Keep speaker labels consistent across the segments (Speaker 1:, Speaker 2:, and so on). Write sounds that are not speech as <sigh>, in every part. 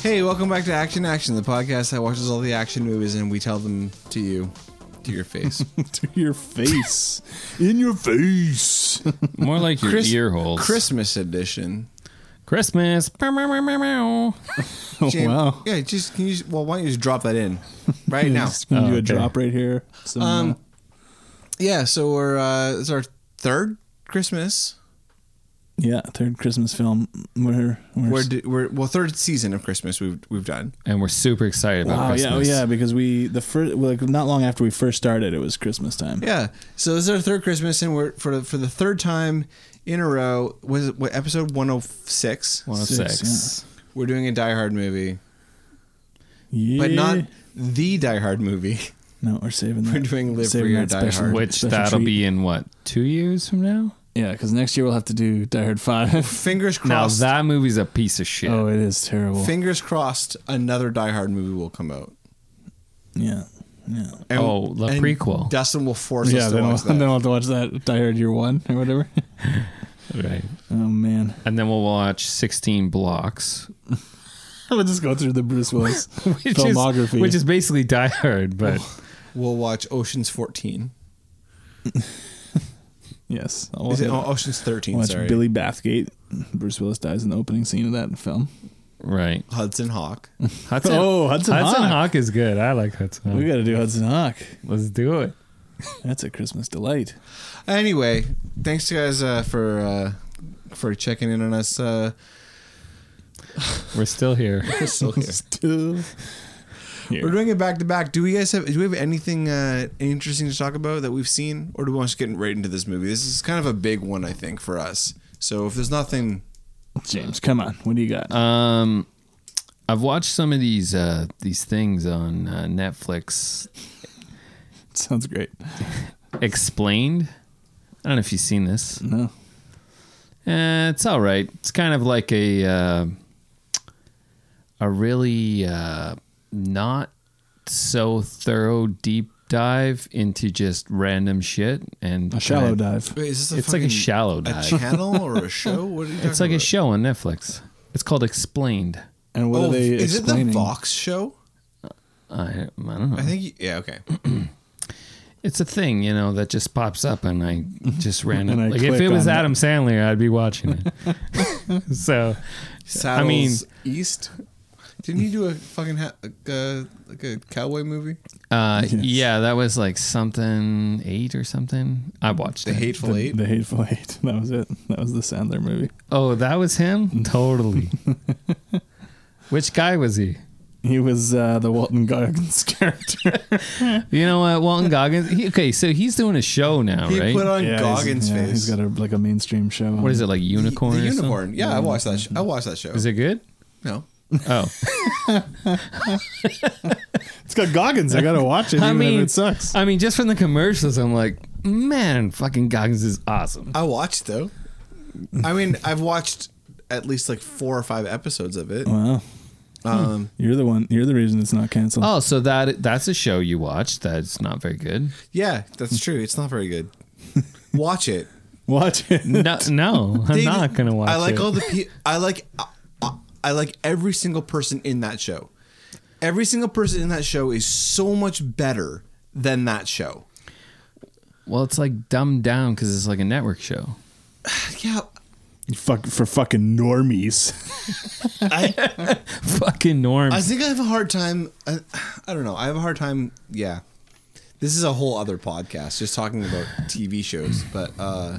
Speaker 1: Hey, welcome back to Action Action, the podcast that watches all the action movies and we tell them to you, to your
Speaker 2: <laughs>
Speaker 1: face.
Speaker 2: to your face, in
Speaker 1: <laughs>
Speaker 2: your face.
Speaker 3: More like your
Speaker 1: Chris-
Speaker 3: ear holes.
Speaker 1: Christmas edition.
Speaker 3: Christmas. Meow, meow, meow, meow, meow.
Speaker 2: Oh,
Speaker 1: Jam-
Speaker 2: wow.
Speaker 1: Yeah, just can you? just- Well, why don't you just drop that in
Speaker 2: <laughs>
Speaker 1: right
Speaker 2: Yeah,
Speaker 1: now?
Speaker 2: just gonna
Speaker 3: Oh,
Speaker 2: do a
Speaker 3: okay.
Speaker 2: drop right here. Some,
Speaker 1: Um,
Speaker 2: uh,
Speaker 1: Yeah. So we're uh, it's our third Christmas.
Speaker 2: yeah, third Christmas film. We're, we're,
Speaker 1: We're, d- we're well third season of Christmas we've we've done.
Speaker 3: And we're super excited about
Speaker 2: wow,
Speaker 3: Christmas.
Speaker 2: yeah, oh, yeah, because we the first like not long after we first started, it was Christmas time.
Speaker 1: Yeah. So this is our third Christmas, and we're for the, for the third time in a row. Was it what, episode one hundred six?
Speaker 3: One of
Speaker 2: Six,
Speaker 3: six.
Speaker 1: We're doing a Die Hard movie,
Speaker 2: yeah.
Speaker 1: but not the Die Hard movie. <laughs>
Speaker 2: No, we're saving that.
Speaker 1: We're doing Live
Speaker 2: saving
Speaker 1: Free or
Speaker 2: that
Speaker 1: Die
Speaker 2: special-
Speaker 1: Hard.
Speaker 3: Which
Speaker 2: special
Speaker 3: that'll
Speaker 2: treat.
Speaker 3: be in what, two years from now?
Speaker 2: yeah, because next year we'll have to do Die Hard
Speaker 1: <laughs>
Speaker 2: Five.
Speaker 1: Fingers
Speaker 3: Now
Speaker 1: crossed.
Speaker 3: that movie's a piece of shit.
Speaker 2: oh, it is terrible.
Speaker 1: fingers crossed. Another Die Hard movie will come out.
Speaker 2: yeah, yeah.
Speaker 1: And-
Speaker 3: Oh, the
Speaker 1: and
Speaker 3: prequel.
Speaker 1: Dustin will force
Speaker 2: yeah,
Speaker 1: us to
Speaker 2: then I'll,
Speaker 1: watch that.
Speaker 2: <laughs> then I'll have to watch that Die Hard Year One or
Speaker 1: <laughs>
Speaker 2: whatever.
Speaker 3: Right.
Speaker 2: oh man,
Speaker 3: And then we'll watch 16 Blocks, <laughs>
Speaker 2: we'll just go through the Bruce <laughs> Willis
Speaker 3: which, is,
Speaker 2: filmography. Oh.
Speaker 3: which is basically Die Hard, but
Speaker 1: We'll watch Ocean's 14.
Speaker 2: yes, I'll
Speaker 1: Is it,
Speaker 2: watch-
Speaker 1: oh, Ocean's 13,
Speaker 2: watch
Speaker 1: sorry.
Speaker 2: Billy Bathgate. Bruce Willis dies in the opening scene of that film.
Speaker 3: right.
Speaker 1: Hudson Hawk.
Speaker 3: Hudson,
Speaker 2: Oh, Hudson Hawk.
Speaker 3: Hawk is good. I like Hudson Hawk.
Speaker 2: We got to do Hudson Hawk.
Speaker 3: Let's do it.
Speaker 2: That's a Christmas delight.
Speaker 1: Anyway, thanks guys uh, for uh, for checking in on us. Uh,
Speaker 3: We're still here. <laughs>
Speaker 1: still here.
Speaker 2: Still
Speaker 1: We're
Speaker 2: here.
Speaker 1: doing it back to back. Do we guys have do we have anything uh, interesting to talk about that we've seen, or do we want to get right into this movie? This is kind of a big one, I think, for us. So if there's nothing,
Speaker 2: <laughs> James, come on. What do you got? <laughs>
Speaker 3: Um, I've watched some of these uh, these things on uh, Netflix.
Speaker 2: Sounds great.
Speaker 3: Explained. I don't know if you've seen this.
Speaker 2: No.
Speaker 3: Uh, it's all right. It's kind of like a uh, a really uh, not so thorough deep dive into just random shit and
Speaker 2: A shallow
Speaker 3: kinda-
Speaker 2: dive.
Speaker 1: wait, is this a
Speaker 3: It's like a
Speaker 1: fucking-
Speaker 3: shallow
Speaker 1: a
Speaker 3: dive.
Speaker 1: channel or
Speaker 3: <laughs>
Speaker 1: a show? What are you talking
Speaker 3: It's like a
Speaker 1: about?
Speaker 3: show on Netflix. It's called Explained.
Speaker 2: And what
Speaker 1: oh,
Speaker 2: are they
Speaker 1: is it the
Speaker 2: explaining?
Speaker 1: Vox show?
Speaker 3: I, I don't know.
Speaker 1: I think. You, yeah. Okay.
Speaker 3: it's a thing, you know, that just pops up, and I just
Speaker 2: <laughs>
Speaker 3: ran
Speaker 2: And
Speaker 3: it.
Speaker 2: I
Speaker 3: Like if
Speaker 2: click
Speaker 3: it was
Speaker 2: on it.
Speaker 3: Adam Sandler, I'd be watching
Speaker 2: <laughs>
Speaker 3: it. so,
Speaker 1: Saddles
Speaker 3: mean-
Speaker 1: East. Didn't he do a fucking ha- like, a, like a cowboy movie?
Speaker 3: uh,
Speaker 2: <laughs> Yes.
Speaker 3: yeah, that was like something eight or something. I watched
Speaker 1: The
Speaker 3: it.
Speaker 1: Hateful
Speaker 2: The,
Speaker 1: Eight.
Speaker 2: the Hateful Eight. <laughs> That was it. That was the Sandler movie.
Speaker 3: Oh, that
Speaker 2: <laughs>
Speaker 3: was him. Totally. <laughs> Which guy was he?
Speaker 2: He was uh, the Walton Goggins <laughs> character.
Speaker 3: You know what, Walton Goggins. He, okay, so he's doing a show now,
Speaker 1: he
Speaker 3: right?
Speaker 1: put on
Speaker 2: Yeah, he's-
Speaker 1: Goggins'
Speaker 2: yeah,
Speaker 1: face.
Speaker 2: He's got a, like a mainstream show.
Speaker 3: what is it like,
Speaker 1: The-
Speaker 3: unicorn?
Speaker 1: The,
Speaker 3: or something?
Speaker 1: unicorn. Yeah, I watched that. Sh- I watched that show.
Speaker 3: Is
Speaker 1: <laughs>
Speaker 3: it good?
Speaker 1: no.
Speaker 2: <laughs>
Speaker 3: Oh,
Speaker 2: It's got Goggins. I gotta watch it.
Speaker 3: <laughs> I
Speaker 2: even
Speaker 3: mean-
Speaker 2: if it sucks.
Speaker 3: I mean, just from the commercials, I'm like, man, fucking Goggins is awesome.
Speaker 1: I watched though. I mean, I've watched at least like four or five episodes of
Speaker 3: Oh.
Speaker 1: it.
Speaker 2: Wow.
Speaker 1: Um,
Speaker 2: You're the one. You're the reason it's not canceled.
Speaker 3: Oh, so that that's a show you watched that's not very good.
Speaker 1: yeah, that's true. It's not very
Speaker 3: <laughs>
Speaker 1: good. Watch it.
Speaker 2: Watch
Speaker 1: <laughs>
Speaker 2: it.
Speaker 3: No, no, I'm
Speaker 1: They-
Speaker 3: not gonna watch.
Speaker 1: I like
Speaker 3: it.
Speaker 1: all the. Pe- I like. I- I, I like every single person in that show. Every single person in that show is so much better than that show.
Speaker 3: Well, it's like dumbed down because it's like a network show.
Speaker 1: Yeah,
Speaker 2: Fuck for fucking <laughs> normies.
Speaker 1: I,
Speaker 3: <laughs> Fucking norm.
Speaker 1: I think I have a hard time. I, I don't know. I have a hard time. Yeah, this is a whole other podcast, just talking about TV shows. But uh,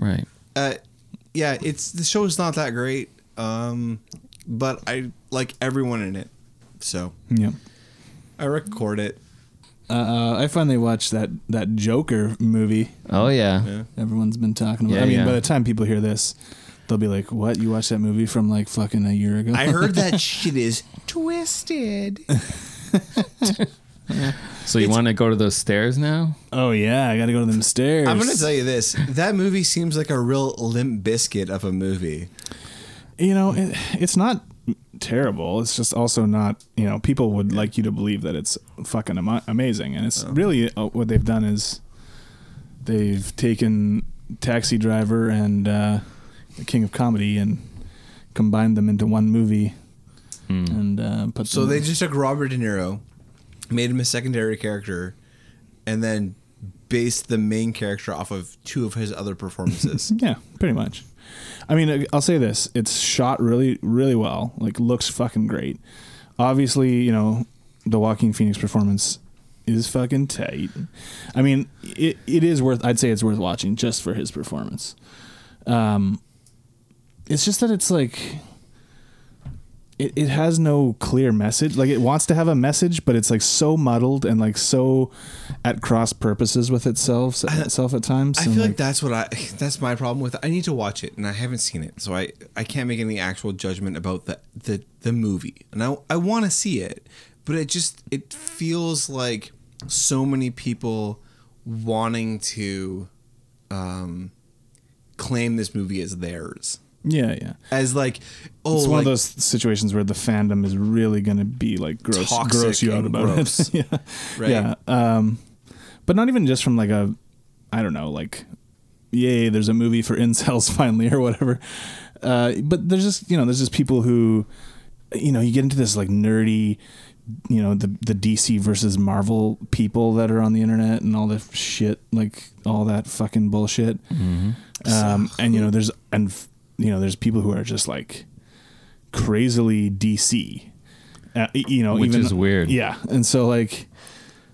Speaker 3: right.
Speaker 1: uh, yeah, it's the show is not that great, um, but I like everyone in it, so
Speaker 2: yeah.
Speaker 1: I record it.
Speaker 2: Uh, uh, I finally watched that that Joker movie.
Speaker 3: Oh yeah.
Speaker 1: Yeah.
Speaker 2: Everyone's been talking about.
Speaker 3: Yeah,
Speaker 2: I mean,
Speaker 3: yeah.
Speaker 2: by the time people hear this, they'll be like, "What? You watched that movie from like fucking a year ago?"
Speaker 1: I heard
Speaker 3: <laughs>
Speaker 1: that shit is twisted.
Speaker 3: So you
Speaker 1: It's-
Speaker 3: want to go to those stairs now?
Speaker 2: <laughs> oh yeah, I gotta go to them stairs.
Speaker 1: I'm gonna tell you this: that movie seems like a real limp biscuit of a movie.
Speaker 2: you know, it, it's not terrible. It's just also not. You know, people would like you to believe that it's fucking ama- amazing, and it's really uh, what they've done is they've taken Taxi Driver and uh, The King of Comedy and combined them into one movie. and uh, put
Speaker 1: Hmm. So
Speaker 2: them-
Speaker 1: they just took Robert De Niro, made him a secondary character, and then based the main character off of two of his other performances.
Speaker 2: Yeah, pretty much. I mean, uh, I'll say this: it's shot really, really well. Like, looks fucking great. Obviously, you know, the Walking Phoenix performance is fucking tight. I mean, it it is worth. I'd say it's worth watching just for his performance. Um, it's just that it's like. It, it has no clear message. Like it wants to have a message, but it's like so muddled and like so at cross purposes with itself, itself at times.
Speaker 1: I
Speaker 2: and,
Speaker 1: feel like that's what I <sighs> that's my problem with. it. I need to watch it and I haven't seen it, so I I can't make any actual judgment about the the, the movie. And I I want to see it, but it just it feels like so many people wanting to um claim this movie as theirs.
Speaker 2: yeah, yeah.
Speaker 1: As like oh
Speaker 2: it's one
Speaker 1: like-
Speaker 2: of those situations where the fandom is really going to be like gross,
Speaker 1: Toxic
Speaker 2: gross you out
Speaker 1: and
Speaker 2: about
Speaker 1: gross.
Speaker 2: it. <laughs> yeah,
Speaker 1: Right.
Speaker 2: yeah. Um, but not even just from like a, I don't know, like, yay, there's a movie for incels <laughs> finally or whatever. Uh, but there's just you know there's just people who, you know, you get into this like nerdy, you know, the the DC versus Marvel people that are on the internet and all this shit, like all that fucking bullshit.
Speaker 1: Mm-hmm.
Speaker 2: Um, and you know there's and f- you know there's people who are just like crazily DC. Uh, y- you know,
Speaker 3: Which
Speaker 2: even
Speaker 3: is weird.
Speaker 2: Yeah, and so like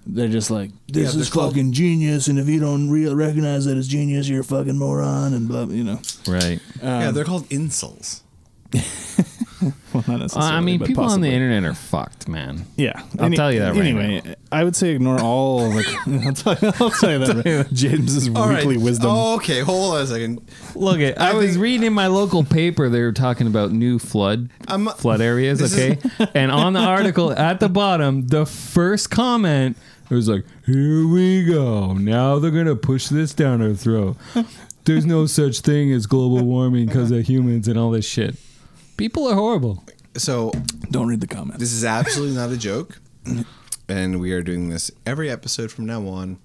Speaker 2: they're just like this
Speaker 1: they're
Speaker 2: is
Speaker 1: called-
Speaker 2: fucking genius, and if you don't real recognize that it's genius, you're a fucking moron, and blah. You know, <laughs>
Speaker 3: Right.
Speaker 2: um,
Speaker 1: yeah, they're called insults.
Speaker 2: well, not necessarily.
Speaker 3: I mean,
Speaker 2: but
Speaker 3: people on the
Speaker 2: possibly.
Speaker 3: internet are fucked, man.
Speaker 2: Yeah,
Speaker 3: I'll tell you that right
Speaker 2: Anyway, I would say ignore all. The, <laughs> I'll, tell you, I'll tell you that. right. James's weekly wisdom.
Speaker 1: Oh, okay, hold on a second.
Speaker 3: Look, it, I, was reading in my local paper they were talking about new flood
Speaker 1: I'm-
Speaker 3: flood areas,
Speaker 1: This
Speaker 3: okay?
Speaker 1: is-
Speaker 3: and on the article at the bottom, the first comment it was like, "Here we go. Now they're going to push this down our throat. There's no such thing as global warming because of humans and all this shit." People are horrible.
Speaker 1: So
Speaker 2: Don't read the comments.
Speaker 1: This is absolutely not a joke. And we are doing this every episode from now on.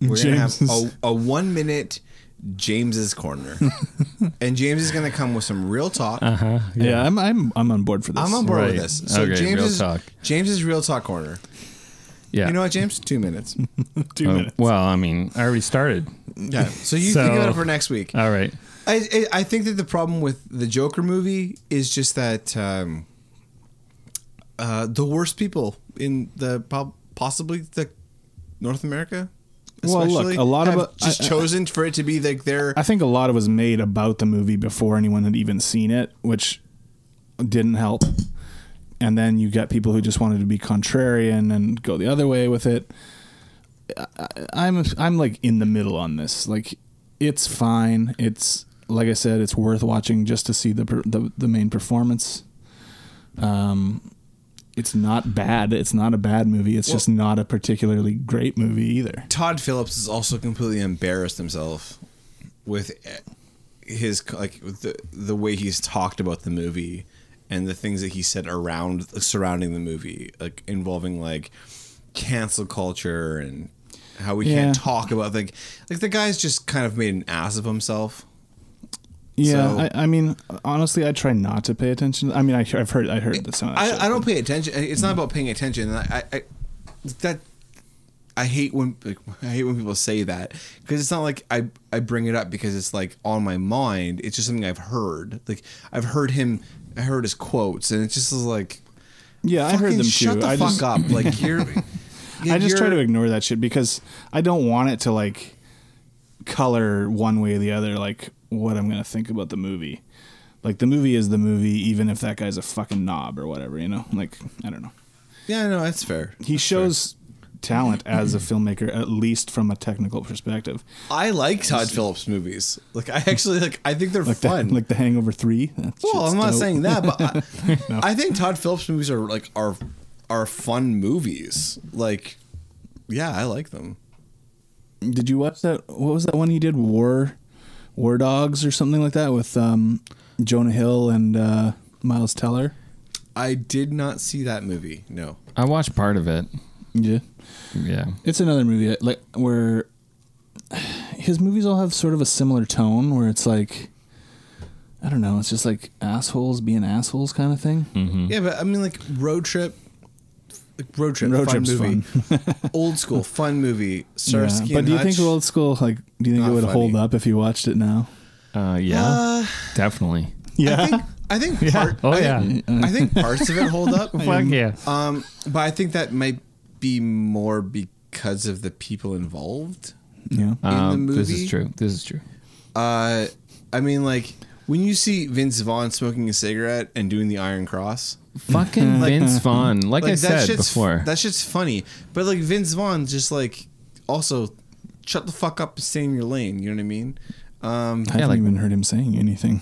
Speaker 1: We're going to
Speaker 2: James's-
Speaker 1: have a, a one minute James's
Speaker 3: <laughs>
Speaker 1: Corner. and James is going to come with some real talk.
Speaker 2: yeah, I'm, I'm I'm on board for this.
Speaker 1: I'm on board
Speaker 3: Uh-huh. Right.
Speaker 1: with this. So
Speaker 3: Okay,
Speaker 1: James's,
Speaker 3: real talk.
Speaker 1: James's Real Talk Corner.
Speaker 3: Yeah.
Speaker 1: You know what, James? Two
Speaker 3: <laughs>
Speaker 1: minutes.
Speaker 2: Two
Speaker 3: Uh,
Speaker 2: minutes.
Speaker 3: well, I mean, I already started.
Speaker 1: Yeah. So you
Speaker 3: So-
Speaker 1: think about it for next week.
Speaker 3: All right.
Speaker 1: I, I I think that the problem with the Joker movie is just that um, uh, the worst people in the po- possibly the North America.
Speaker 2: Well, look,
Speaker 1: especially,
Speaker 2: a lot of
Speaker 1: have
Speaker 2: it-
Speaker 1: just
Speaker 2: I- I-
Speaker 1: chosen for it to be like their
Speaker 2: I think a lot was made about the movie before anyone had even seen it, which didn't help. And then you get people who just wanted to be contrarian and go the other way with it. I, I'm I'm like in the middle on this. Like, it's fine. It's like I said, it's worth watching just to see the per- the, the main performance. Um, it's not bad. It's not a bad movie. It's just not a particularly great movie either.
Speaker 1: Todd Phillips has also completely embarrassed himself with his like with the the way he's talked about the movie and the things that he said around surrounding the movie, like involving like cancel culture and how we
Speaker 2: Yeah.
Speaker 1: can't talk about like like the guy's just kind of made an ass of himself.
Speaker 2: Yeah,
Speaker 1: So-
Speaker 2: I, I mean, honestly, I try not to pay attention. I mean, I, I've heard, I heard this.
Speaker 1: I, I don't pay attention. It's not about paying attention. I, I, I that I hate when like, <laughs> I hate when people say that because it's not like I I bring it up because it's like on my mind. It's just something I've heard. Like I've heard him. I heard his quotes, and it's just like
Speaker 2: Yeah, I heard
Speaker 1: fucking
Speaker 2: them
Speaker 1: Shut
Speaker 2: too.
Speaker 1: the
Speaker 2: I
Speaker 1: fuck
Speaker 2: just,
Speaker 1: up. <laughs> Like you're.
Speaker 2: I just try to
Speaker 1: you're-
Speaker 2: ignore that shit because I don't want it to like color one way or the other, like what I'm gonna think about the movie. Like the movie is the movie, even if that guy's a fucking knob or whatever. You know, like I don't know.
Speaker 1: Yeah, no, that's fair.
Speaker 2: He shows talent as a filmmaker, at least from a technical perspective.
Speaker 1: I like Todd Phillips movies. Like <laughs> I actually like. I think they're
Speaker 2: Like
Speaker 1: fun.
Speaker 2: the like the Hangover Three. that
Speaker 1: Well,
Speaker 2: shit's
Speaker 1: I'm not
Speaker 2: dope.
Speaker 1: saying that, but I, I think Todd Phillips movies are like are are fun movies. Like, yeah, I like them.
Speaker 2: Did you watch that? What was that one he did? War, War Dogs or something like that with um, Jonah Hill and uh, Miles Teller.
Speaker 1: I did not see that movie. No,
Speaker 3: I watched part of it.
Speaker 2: Yeah,
Speaker 3: Yeah.
Speaker 2: it's another movie that, like <sighs> where his movies all have sort of a similar tone, where it's like I don't know. It's just like assholes being assholes kind of thing.
Speaker 1: Yeah, but I mean, like road trip, like road trip,
Speaker 2: Road
Speaker 1: fun
Speaker 2: trip's
Speaker 1: movie, <laughs> old school fun movie. Starsky
Speaker 2: But
Speaker 1: and
Speaker 2: do you
Speaker 1: Hutch.
Speaker 2: think old school like? Do you think
Speaker 1: Not
Speaker 2: it would hold
Speaker 1: funny.
Speaker 2: up if you watched it now?
Speaker 3: Uh, yeah,
Speaker 1: Uh,
Speaker 3: definitely.
Speaker 1: I think I think part,
Speaker 3: Oh,
Speaker 1: I
Speaker 3: yeah.
Speaker 1: think, I think parts of it hold up.
Speaker 3: Fuck yeah.
Speaker 1: Um, but I think that might be more because of the people involved.
Speaker 2: <laughs> Yeah.
Speaker 3: Um,
Speaker 1: in the
Speaker 3: this is
Speaker 1: movie-
Speaker 3: true. This is true.
Speaker 1: Uh, I mean, like when you see Vince Vaughn smoking a cigarette and doing the Iron Cross, <laughs>
Speaker 3: Fucking Vince Vaughn. Like,
Speaker 1: like
Speaker 3: I
Speaker 1: that
Speaker 3: said
Speaker 1: shit's
Speaker 3: before.
Speaker 1: that shit's funny. But like Vince Vaughn, just like also shut the fuck up and stay in your lane. You know what I mean? Um,
Speaker 2: I haven't
Speaker 3: like-
Speaker 2: even heard him saying anything.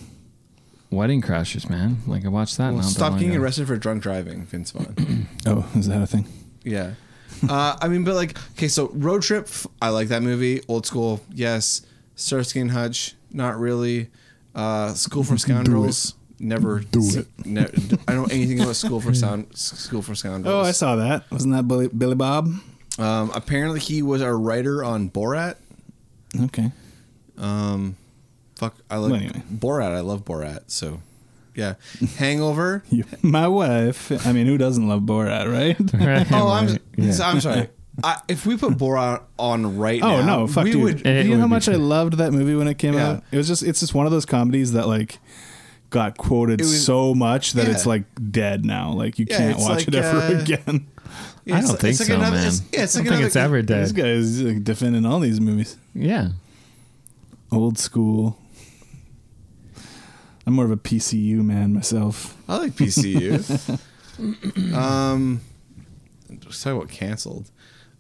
Speaker 3: Wedding Crashers, man. Like I watched that.
Speaker 1: well,
Speaker 3: not that
Speaker 1: stop
Speaker 3: long
Speaker 1: getting
Speaker 3: ago.
Speaker 1: arrested for drunk driving, Vince Vaughn.
Speaker 2: Oh, is that a thing?
Speaker 1: Yeah. Uh, I mean, but like, okay, so Road Trip, f- I like that movie. Old school, yes. Starsky and Hutch, not really. Uh, School for Scoundrels, never. Do
Speaker 2: it.
Speaker 1: I don't know anything about School for Sound. S- School for Scoundrels.
Speaker 2: Oh, I saw that. Wasn't that Billy, Billy Bob?
Speaker 1: Um, apparently, he was a writer on Borat.
Speaker 2: Okay.
Speaker 1: Um, fuck, I like
Speaker 2: Well, anyway.
Speaker 1: Borat. I love Borat. So,
Speaker 3: <laughs>
Speaker 1: yeah. Hangover.
Speaker 2: You- <laughs> my wife. I mean, who doesn't love Borat, right?
Speaker 3: <laughs> Right,
Speaker 1: Oh, I'm,
Speaker 3: right. Yeah.
Speaker 1: I'm
Speaker 3: <laughs>
Speaker 1: sorry. I, if we put Borat on right
Speaker 2: Oh
Speaker 1: now,
Speaker 2: no, fuck
Speaker 1: we
Speaker 2: dude.
Speaker 1: would
Speaker 2: Do
Speaker 3: It
Speaker 2: you know
Speaker 3: would
Speaker 2: how
Speaker 3: be
Speaker 2: much I
Speaker 3: true.
Speaker 2: loved that movie when it came
Speaker 1: Yeah.
Speaker 2: out? It was just it's just one of those comedies that like got quoted
Speaker 1: It was-
Speaker 2: so much that
Speaker 1: yeah.
Speaker 2: it's like dead now. Like you
Speaker 1: Yeah,
Speaker 2: can't
Speaker 1: it's
Speaker 2: watch
Speaker 1: like,
Speaker 2: it ever
Speaker 1: uh,
Speaker 2: again.
Speaker 1: Yeah, Oh,
Speaker 3: I
Speaker 1: it's like-
Speaker 3: don't think
Speaker 1: it's like
Speaker 3: so,
Speaker 1: another-
Speaker 3: man.
Speaker 1: it's- yeah, it's
Speaker 3: I
Speaker 1: like
Speaker 3: don't think
Speaker 1: another-
Speaker 3: it's ever
Speaker 2: This
Speaker 3: dead.
Speaker 2: guy is like, defending all these movies.
Speaker 3: Yeah.
Speaker 2: Old school. I'm more of a PCU man myself.
Speaker 1: I like PCU. <laughs> um, let's talk about canceled.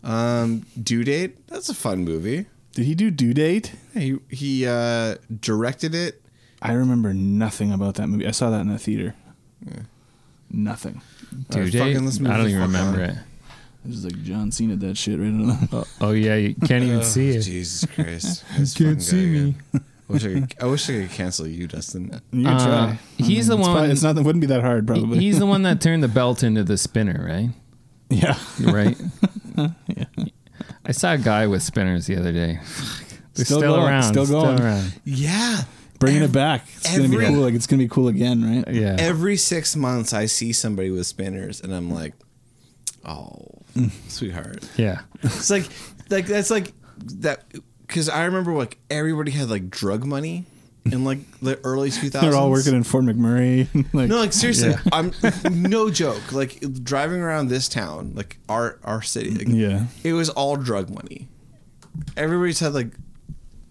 Speaker 1: Um, Due Date. That's a fun movie.
Speaker 2: Did he do Due Date?
Speaker 1: He he uh, directed it.
Speaker 2: I remember nothing about that movie. I saw that in the theater. Nothing.
Speaker 1: All right,
Speaker 3: Dude, I,
Speaker 1: fucking let's move
Speaker 3: don't
Speaker 1: the
Speaker 3: even
Speaker 1: fuck
Speaker 3: remember
Speaker 1: on.
Speaker 3: it.
Speaker 2: It was like John Cena did that shit right <laughs> on.
Speaker 3: Oh, oh, yeah, you can't
Speaker 1: Uh,
Speaker 3: even see it.
Speaker 1: Jesus
Speaker 3: <laughs>
Speaker 1: Christ! This
Speaker 2: can't
Speaker 1: fucking guy
Speaker 2: see me.
Speaker 1: again. I wish I, could, I wish I could cancel you, Dustin.
Speaker 2: You
Speaker 3: Uh,
Speaker 2: try.
Speaker 3: he's the
Speaker 2: it's
Speaker 3: one-
Speaker 2: Probably, it's not. It wouldn't be that hard,
Speaker 3: He-
Speaker 2: probably.
Speaker 3: He's the one that turned the belt into the spinner, right?
Speaker 2: <laughs> yeah.
Speaker 3: <laughs> Right. I saw a guy with spinners the other day. They're still,
Speaker 2: Still going,
Speaker 3: around.
Speaker 2: still going.
Speaker 3: around.
Speaker 1: Yeah.
Speaker 2: Bringing it back. It's gonna
Speaker 1: every-
Speaker 2: be cool. Like it's gonna be cool again, right?
Speaker 3: Yeah.
Speaker 1: Every six months, I see somebody with spinners, and I'm like, oh, sweetheart.
Speaker 3: yeah.
Speaker 1: It's like, like that's like that because I remember like everybody had like drug money in like the early 2000s.
Speaker 2: <laughs> They're all working in Fort McMurray. <laughs> like,
Speaker 1: No, like seriously,
Speaker 3: Yeah.
Speaker 1: I'm no joke. Like driving around this town, like our our city, like,
Speaker 2: yeah.
Speaker 1: it was all drug money. Everybody's had like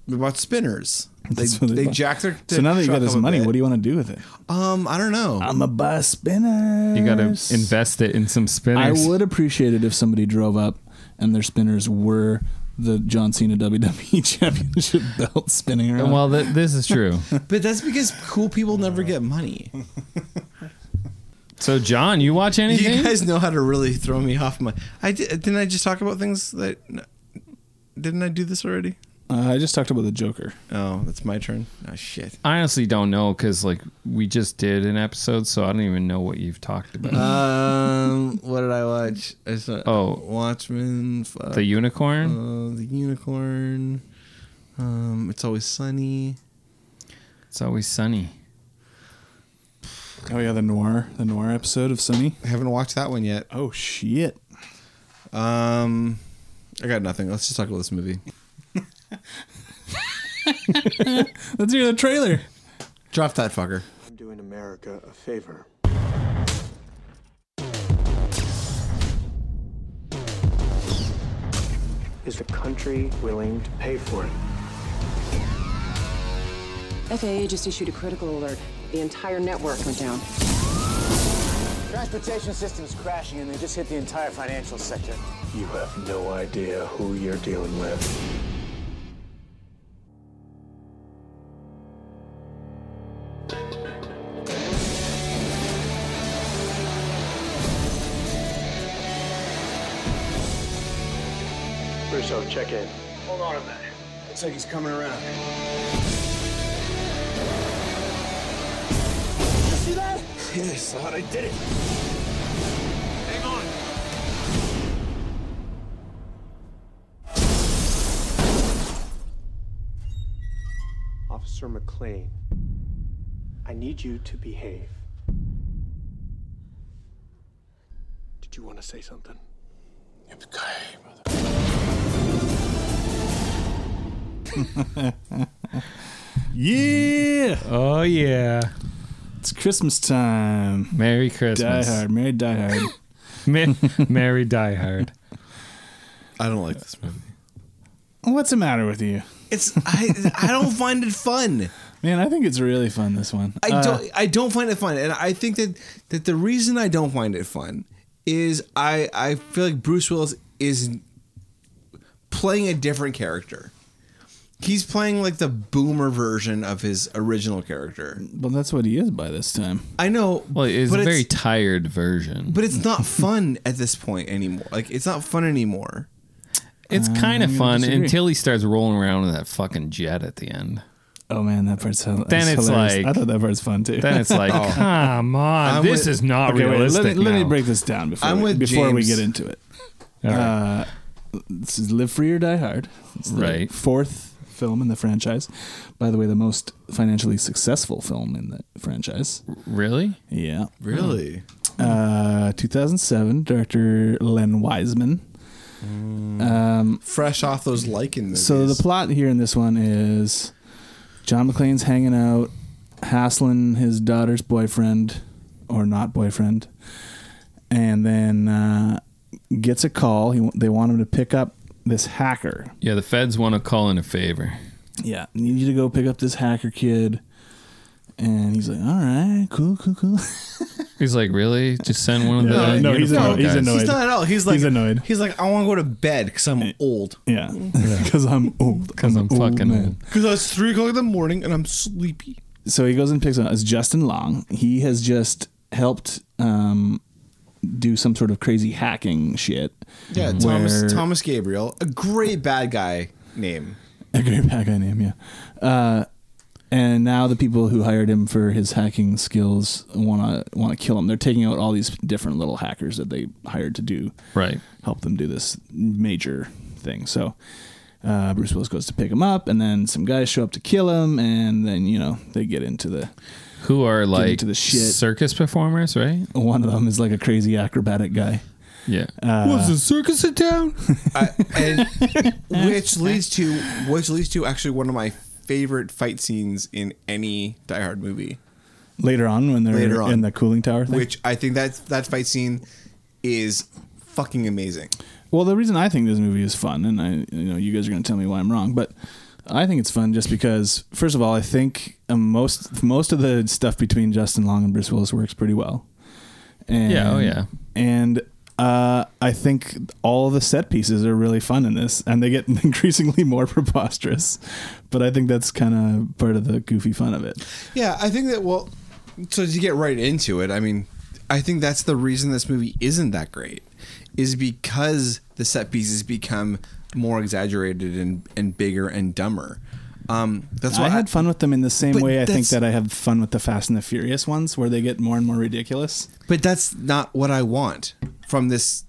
Speaker 1: we bought spinners. They,
Speaker 2: That's what
Speaker 1: they,
Speaker 2: they bought.
Speaker 1: jacked their.
Speaker 2: So now that you got this money, what do
Speaker 1: you?
Speaker 2: you want to do with it?
Speaker 1: Um, I don't know.
Speaker 2: I'm a bus spinner.
Speaker 3: You got to invest it in some
Speaker 2: I
Speaker 3: spinners.
Speaker 2: would appreciate it if somebody drove up and their spinners were the John Cena <laughs> WWE Championship belt spinning around.
Speaker 3: Well, th- this is true.
Speaker 1: but that's because cool people never get money.
Speaker 3: So, John, you watch anything?
Speaker 1: You guys know how to really throw me off my. I di- didn't. I just talk about things that. Didn't I do this already?
Speaker 2: uh, I just talked about the Joker.
Speaker 1: Oh, that's my turn. Oh shit.
Speaker 3: I honestly don't know because like we just did an episode, so I don't even know what you've talked about.
Speaker 1: Um, what did I watch? I saw
Speaker 3: Oh.
Speaker 1: Watchmen. Fuck,
Speaker 3: the unicorn.
Speaker 1: uh, the unicorn. Um, it's always sunny.
Speaker 3: it's always sunny.
Speaker 2: Oh yeah, the noir, the noir episode of Sunny.
Speaker 1: I haven't watched that one yet.
Speaker 2: Oh shit.
Speaker 1: Um, I got nothing. Let's just talk about this movie.
Speaker 2: Let's hear the trailer.
Speaker 1: Drop that fucker.
Speaker 4: I'm doing America a favor. Is the country willing to pay for it?
Speaker 5: FAA just issued a critical alert. The entire network went down.
Speaker 6: Transportation system's crashing and they just hit the entire financial sector.
Speaker 4: You have no idea who you're dealing with. Russo, check in. Hold on a minute. Looks like he's coming around. You see that? Yeah, I saw it. I did it. Hang on. Officer McLean
Speaker 7: I need you to behave. Did you want to say something?
Speaker 2: Yeah,
Speaker 3: Oh yeah.
Speaker 2: it's Christmas time.
Speaker 3: Merry
Speaker 2: Die
Speaker 3: Christmas. <laughs>
Speaker 2: Hard, Mary Die Hard.
Speaker 3: Ma- Merry Die Hard.
Speaker 1: I don't like this movie.
Speaker 2: What's the matter with you,
Speaker 1: It's I I don't find it fun.
Speaker 2: man? I think it's really fun. This one.
Speaker 1: I
Speaker 2: Uh,
Speaker 1: don't I don't find it fun. And I think that that the reason I don't find it fun is I I feel like Bruce Willis is playing a different character. He's playing like the boomer version of his original character.
Speaker 2: Well, that's what he is by this time.
Speaker 1: I know.
Speaker 3: Well, it's
Speaker 1: but
Speaker 3: a very tired version.
Speaker 1: but it's not fun at this point anymore. Like it's not fun anymore.
Speaker 3: it's kind of
Speaker 2: gonna
Speaker 3: fun
Speaker 2: Um, disagree.
Speaker 3: until he starts rolling around in that fucking jet at the end.
Speaker 2: Oh man, that part's hel-
Speaker 3: Then
Speaker 2: that's
Speaker 3: it's
Speaker 2: hilarious.
Speaker 3: like-
Speaker 2: I thought that part's fun too.
Speaker 3: Then it's like, come on,
Speaker 1: I'm
Speaker 3: this
Speaker 1: with-
Speaker 3: is
Speaker 2: <laughs>
Speaker 3: not
Speaker 2: Oh. Okay, wait,
Speaker 3: realistic.
Speaker 2: let, me, let me
Speaker 3: now."
Speaker 2: break this down before,
Speaker 1: I'm
Speaker 2: we-
Speaker 1: with
Speaker 2: before we
Speaker 1: James.
Speaker 2: get into it.
Speaker 3: All right.
Speaker 2: Uh, this is Live Free or Die Hard. It's the
Speaker 3: Right.
Speaker 2: fourth film in the franchise. By the way, the most financially successful film in the franchise.
Speaker 3: really?
Speaker 2: Yeah.
Speaker 1: Really?
Speaker 2: Uh, 2007, director Len Wiseman.
Speaker 1: Fresh off those lichen movies.
Speaker 2: So the plot here in this one is John McClane's hanging out, hassling his daughter's boyfriend or not boyfriend, and then uh, gets a call. He, they want him to pick up this hacker.
Speaker 3: Yeah, the feds want to call in a favor.
Speaker 2: Yeah, need you to go pick up this hacker kid. And he's like, "All right, cool, cool, cool."
Speaker 3: He's like, really? Just send one of
Speaker 2: No,
Speaker 3: the
Speaker 2: no, he's annoyed.
Speaker 3: uniformed
Speaker 2: He's
Speaker 3: guys."
Speaker 2: annoyed.
Speaker 1: He's not at all. He's like
Speaker 2: He's annoyed.
Speaker 1: He's like, I want to go to bed because I'm <laughs> old.
Speaker 2: yeah, <laughs> because I'm old.
Speaker 3: Because I'm
Speaker 2: an old
Speaker 3: fucking
Speaker 2: man.
Speaker 3: old.
Speaker 1: Because it's three o'clock in the morning and I'm sleepy.
Speaker 2: so he goes and picks up it's Justin Long. He has just helped um, do some sort of crazy hacking shit. Mm-hmm.
Speaker 1: Yeah,
Speaker 2: Where-
Speaker 1: Thomas Thomas Gabriel, a great bad guy name.
Speaker 2: <laughs> A great hack guy name, yeah. Uh, and now the people who hired him for his hacking skills want to want to kill him. They're taking out all these different little hackers that they hired to do
Speaker 3: Right.
Speaker 2: help them do this major thing. So uh, Bruce Willis goes to pick him up, and then some guys show up to kill him, and then you know they get into the
Speaker 3: Who are like
Speaker 2: into the shit.
Speaker 3: circus performers, right?
Speaker 2: one of them is like a crazy acrobatic guy.
Speaker 3: Yeah.
Speaker 2: Uh,
Speaker 3: What's a circus
Speaker 2: <laughs>
Speaker 3: in town?
Speaker 1: I, Uh, <laughs> and which leads to which leads to actually one of my favorite fight scenes in any Die Hard movie.
Speaker 2: Later on, when they're
Speaker 1: Later on.
Speaker 2: in the cooling tower thing.
Speaker 1: Which I think that that fight scene is fucking amazing.
Speaker 2: well, the reason I think this movie is fun, and I, you know, you guys are going to tell me why I'm wrong, but I think it's fun just because, first of all, I think um, most most of the stuff between Justin Long and Bruce Willis works pretty well. And,
Speaker 3: Yeah, oh, yeah.
Speaker 2: And uh, I think all the set pieces are really fun in this, and they get <laughs> increasingly more preposterous. But I think that's kind of part of the goofy fun of it.
Speaker 1: Yeah, I think that well so to get right into it, I mean, I think that's the reason this movie isn't that great is because the set pieces become more exaggerated and, and bigger and dumber. Um, that's why
Speaker 2: I had fun with them in the same
Speaker 1: But
Speaker 2: way I think
Speaker 1: that's-
Speaker 2: that I have fun with the Fast and the Furious ones, where they get more and more ridiculous.
Speaker 1: But that's not what I want from this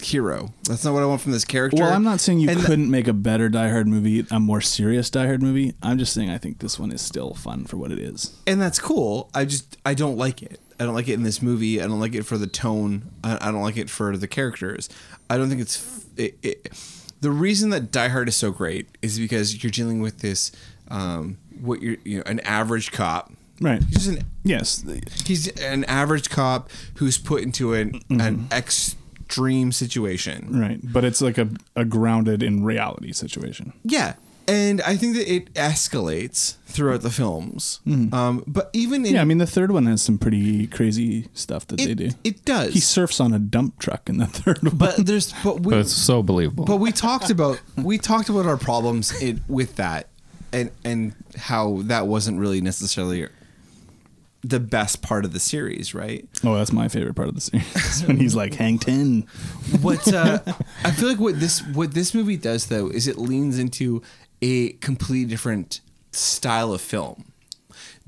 Speaker 1: hero. That's not what I want from this character.
Speaker 2: Well, I'm not saying you
Speaker 1: And-
Speaker 2: couldn't make a better Die Hard movie, a more serious Die Hard movie. I'm just saying I think this one is still fun for what it is.
Speaker 1: and that's cool. I just I don't like it. I don't like it in this movie. I don't like it for the tone. I, I don't like it for the characters. I don't think it's f- it, it, the reason that Die Hard is so great is because you're dealing with this um, what you're you know an average cop.
Speaker 2: Right.
Speaker 1: He's an
Speaker 2: Yes. the-
Speaker 1: he's an average cop who's put into an an
Speaker 2: Mm-hmm.
Speaker 1: extreme situation.
Speaker 2: Right. But it's like a, a grounded in reality situation.
Speaker 1: Yeah. And I think that it escalates throughout the films. Um, but even in
Speaker 2: Mm-hmm. Yeah, I mean, the third one has some pretty crazy stuff that they
Speaker 1: it,
Speaker 2: do.
Speaker 1: it does.
Speaker 2: He surfs on a dump truck in the <laughs> third one.
Speaker 1: but there's but we
Speaker 3: But it's so believable.
Speaker 1: but we talked about we talked about our problems in, with that and and how that wasn't really necessarily the best part of the series, right?
Speaker 2: oh, that's my favorite part of the series. <laughs> when he's like, hang 10.
Speaker 1: What uh, <laughs> I feel like what this what this movie does though is it leans into a completely different style of film.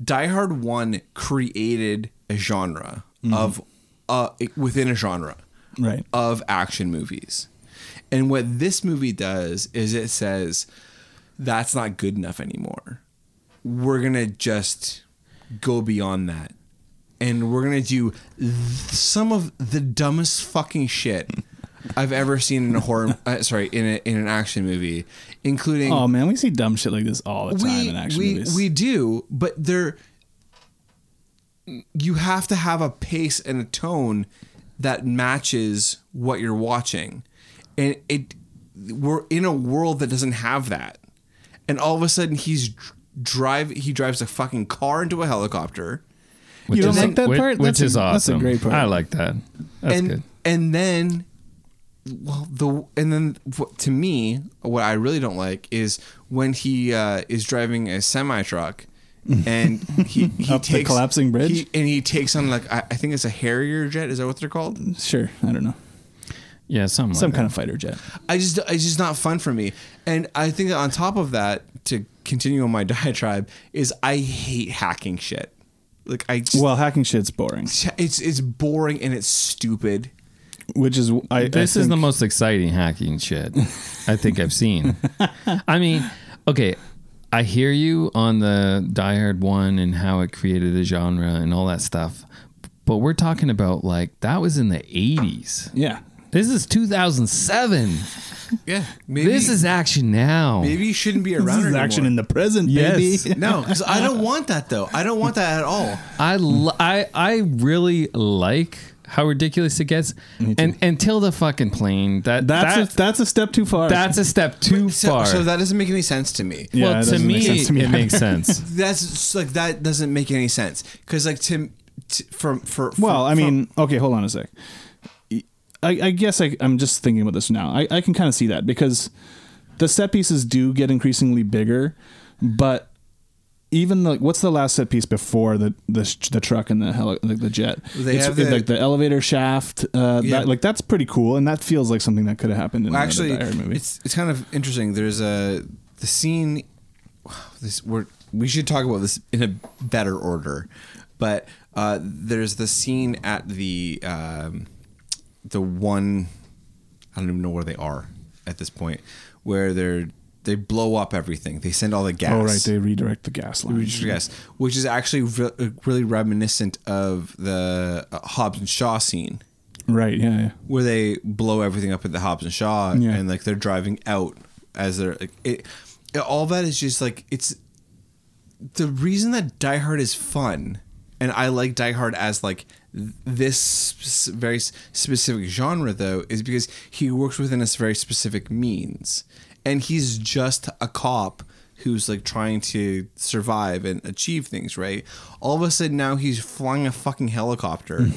Speaker 1: Die Hard One created a genre of uh, within a genre
Speaker 2: Right.
Speaker 1: of action movies, and what this movie does is it says that's not good enough anymore. We're gonna just go beyond that. And we're going to do th- some of the dumbest fucking shit I've ever seen in a horror uh, sorry, in a, in an action movie, including
Speaker 2: Oh man, we see dumb shit like this all the time in action
Speaker 1: we,
Speaker 2: movies.
Speaker 1: We do, but there, you have to have a pace and a tone that matches what you're watching, and it we're in a world that doesn't have that, and all of a sudden he's dr- drive he drives a fucking car into a helicopter,
Speaker 3: Which
Speaker 2: don't
Speaker 3: is-
Speaker 2: like that
Speaker 3: which-
Speaker 2: part?
Speaker 3: Which
Speaker 2: That's a-
Speaker 3: is awesome.
Speaker 2: that's a great part.
Speaker 3: I like that. That's
Speaker 1: and
Speaker 3: good.
Speaker 1: and then well the and then what, to me what I really don't like is when he uh, is driving a semi
Speaker 2: <laughs>
Speaker 1: truck and he, he
Speaker 2: Up the
Speaker 1: takes
Speaker 2: collapsing bridge?
Speaker 1: he- and he takes on like I, I think it's a Harrier jet is that what they're called
Speaker 2: sure, I don't know.
Speaker 3: Yeah, something
Speaker 2: Some
Speaker 3: like
Speaker 2: kind of fighter jet.
Speaker 1: I just it's just not fun for me and I think that on top of that to continue on my <laughs> diatribe is I hate hacking shit like I just,
Speaker 2: Well, hacking shit's boring,
Speaker 1: it's it's boring and it's stupid
Speaker 2: which is I. I
Speaker 3: that. This is the
Speaker 2: think-
Speaker 3: most exciting hacking shit I think I've
Speaker 2: <laughs>
Speaker 3: seen. I mean, okay, I hear you on the Die Hard 1 and how it created a genre and all that stuff. But we're talking about like that was in the 80s.
Speaker 2: Yeah,
Speaker 3: This is 2007.
Speaker 1: yeah maybe
Speaker 3: This is action now.
Speaker 1: maybe you shouldn't be around
Speaker 2: this is
Speaker 1: anymore.
Speaker 2: action in the present,
Speaker 3: Yes.
Speaker 2: baby.
Speaker 1: No, because I don't want that though. I don't want that at all.
Speaker 3: I, l- I I really like how ridiculous it gets, and until the fucking plane
Speaker 2: <laughs>
Speaker 3: that
Speaker 2: That's
Speaker 3: that's
Speaker 2: a, that's a step too far.
Speaker 3: that's a step too
Speaker 1: So,
Speaker 3: far.
Speaker 1: so that doesn't make any sense to me.
Speaker 2: yeah,
Speaker 3: well,
Speaker 2: it
Speaker 3: to
Speaker 2: doesn't
Speaker 3: me,
Speaker 2: make sense to me
Speaker 3: it makes sense.
Speaker 2: <laughs>
Speaker 1: That's it's like that doesn't make any sense because like to, to from for, for-
Speaker 2: Well, I
Speaker 1: from-
Speaker 2: mean, okay, hold on a sec. I, I guess I, I'm just thinking about this now. I, I can kind of see that because the set pieces do get increasingly bigger, but even the what's the last set piece before the the, sh- the truck and the heli- like the jet?
Speaker 1: They
Speaker 2: it's
Speaker 1: have the-
Speaker 2: like the elevator shaft. Uh,
Speaker 1: Yeah.
Speaker 2: that, like that's pretty cool, and that feels like something that could have happened in
Speaker 1: Well,
Speaker 2: actually,
Speaker 1: actually,
Speaker 2: another Die Hard movie.
Speaker 1: it's it's kind of interesting. There's a the scene. This we're we should talk about this in a better order, but uh, there's the scene at the um, the one. I don't even know where they are at this point, where they're they blow up everything. They send all the gas.
Speaker 2: Oh right, they redirect the gas line.
Speaker 1: Richard Guest, which is actually re- really reminiscent of the uh, Hobbs and Shaw scene
Speaker 2: Right, yeah, yeah.
Speaker 1: where they blow everything up at the Hobbs and Shaw
Speaker 2: Yeah.
Speaker 1: and like they're driving out as they're like, it, it- all that is just like it's the reason that Die Hard is fun and I like Die Hard as like th- this sp- very s- specific genre though is because he works within a s- very specific means and he's just a cop who's like trying to survive and achieve things right all of a sudden now he's flying a fucking
Speaker 2: <laughs>
Speaker 1: helicopter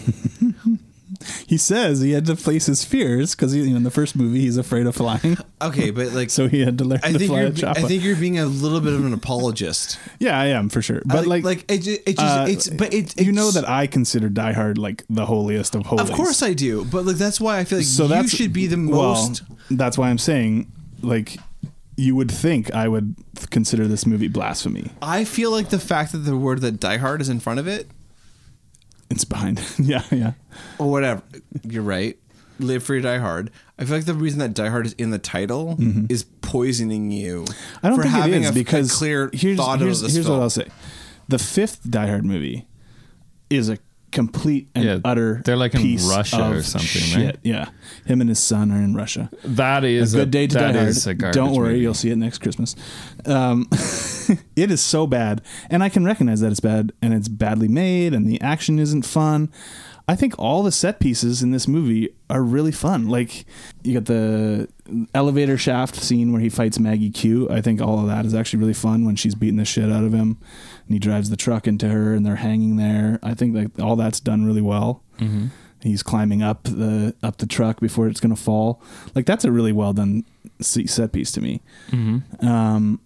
Speaker 2: He says he had to face his fears because you know, in the first movie he's afraid of flying, <laughs>
Speaker 1: okay but like
Speaker 2: so he had to learn
Speaker 1: I
Speaker 2: to
Speaker 1: think
Speaker 2: fly
Speaker 1: you're.
Speaker 2: a chopper.
Speaker 1: I think you're being a little bit of an
Speaker 2: <laughs>
Speaker 1: apologist.
Speaker 2: Yeah, I am for sure. But
Speaker 1: like-
Speaker 2: like, uh,
Speaker 1: like, it ju- it just- it's- but it-
Speaker 2: you know
Speaker 1: it's-
Speaker 2: that I consider Die Hard like the holiest of holies.
Speaker 1: of course I do, but like that's why I feel like
Speaker 2: so
Speaker 1: you
Speaker 2: that's
Speaker 1: should be the
Speaker 2: well,
Speaker 1: most.
Speaker 2: that's why I'm saying, like, you would think I would th- consider this movie blasphemy.
Speaker 1: I feel like the fact that the word that Die Hard is in front of it,
Speaker 2: It's behind. <laughs> yeah, yeah.
Speaker 1: or whatever, you're right. Live free, die hard. I feel like the reason that Die Hard is in the title is poisoning you.
Speaker 2: Mm-hmm. I don't
Speaker 1: for
Speaker 2: think
Speaker 1: having
Speaker 2: it is
Speaker 1: a,
Speaker 2: because
Speaker 1: a clear
Speaker 2: here's,
Speaker 1: thought
Speaker 2: here's,
Speaker 1: of this
Speaker 2: here's
Speaker 1: film.
Speaker 2: what I'll say: the fifth Die Hard movie is a complete and
Speaker 3: Yeah,
Speaker 2: utter.
Speaker 3: they're like in
Speaker 2: piece
Speaker 3: Russia
Speaker 2: of
Speaker 3: or something,
Speaker 2: shit.
Speaker 3: right?
Speaker 2: Yeah, him and his son are in Russia.
Speaker 3: That is
Speaker 2: a good day to
Speaker 3: that
Speaker 2: die
Speaker 3: is a
Speaker 2: hard.
Speaker 3: garbage
Speaker 2: Don't worry,
Speaker 3: movie.
Speaker 2: you'll see it next Christmas. Um, <laughs> it is so bad, and I can recognize that it's bad, and it's badly made, and the action isn't fun. I think all the set pieces in this movie are really fun. Like you got the elevator shaft scene where he fights Maggie Q. I think all of that is actually really fun when she's beating the shit out of him, and he drives the truck into her, and they're hanging there. I think like all that's done really well. He's climbing up the up the truck before it's gonna fall. Like that's a really well done se- set piece to me. Um,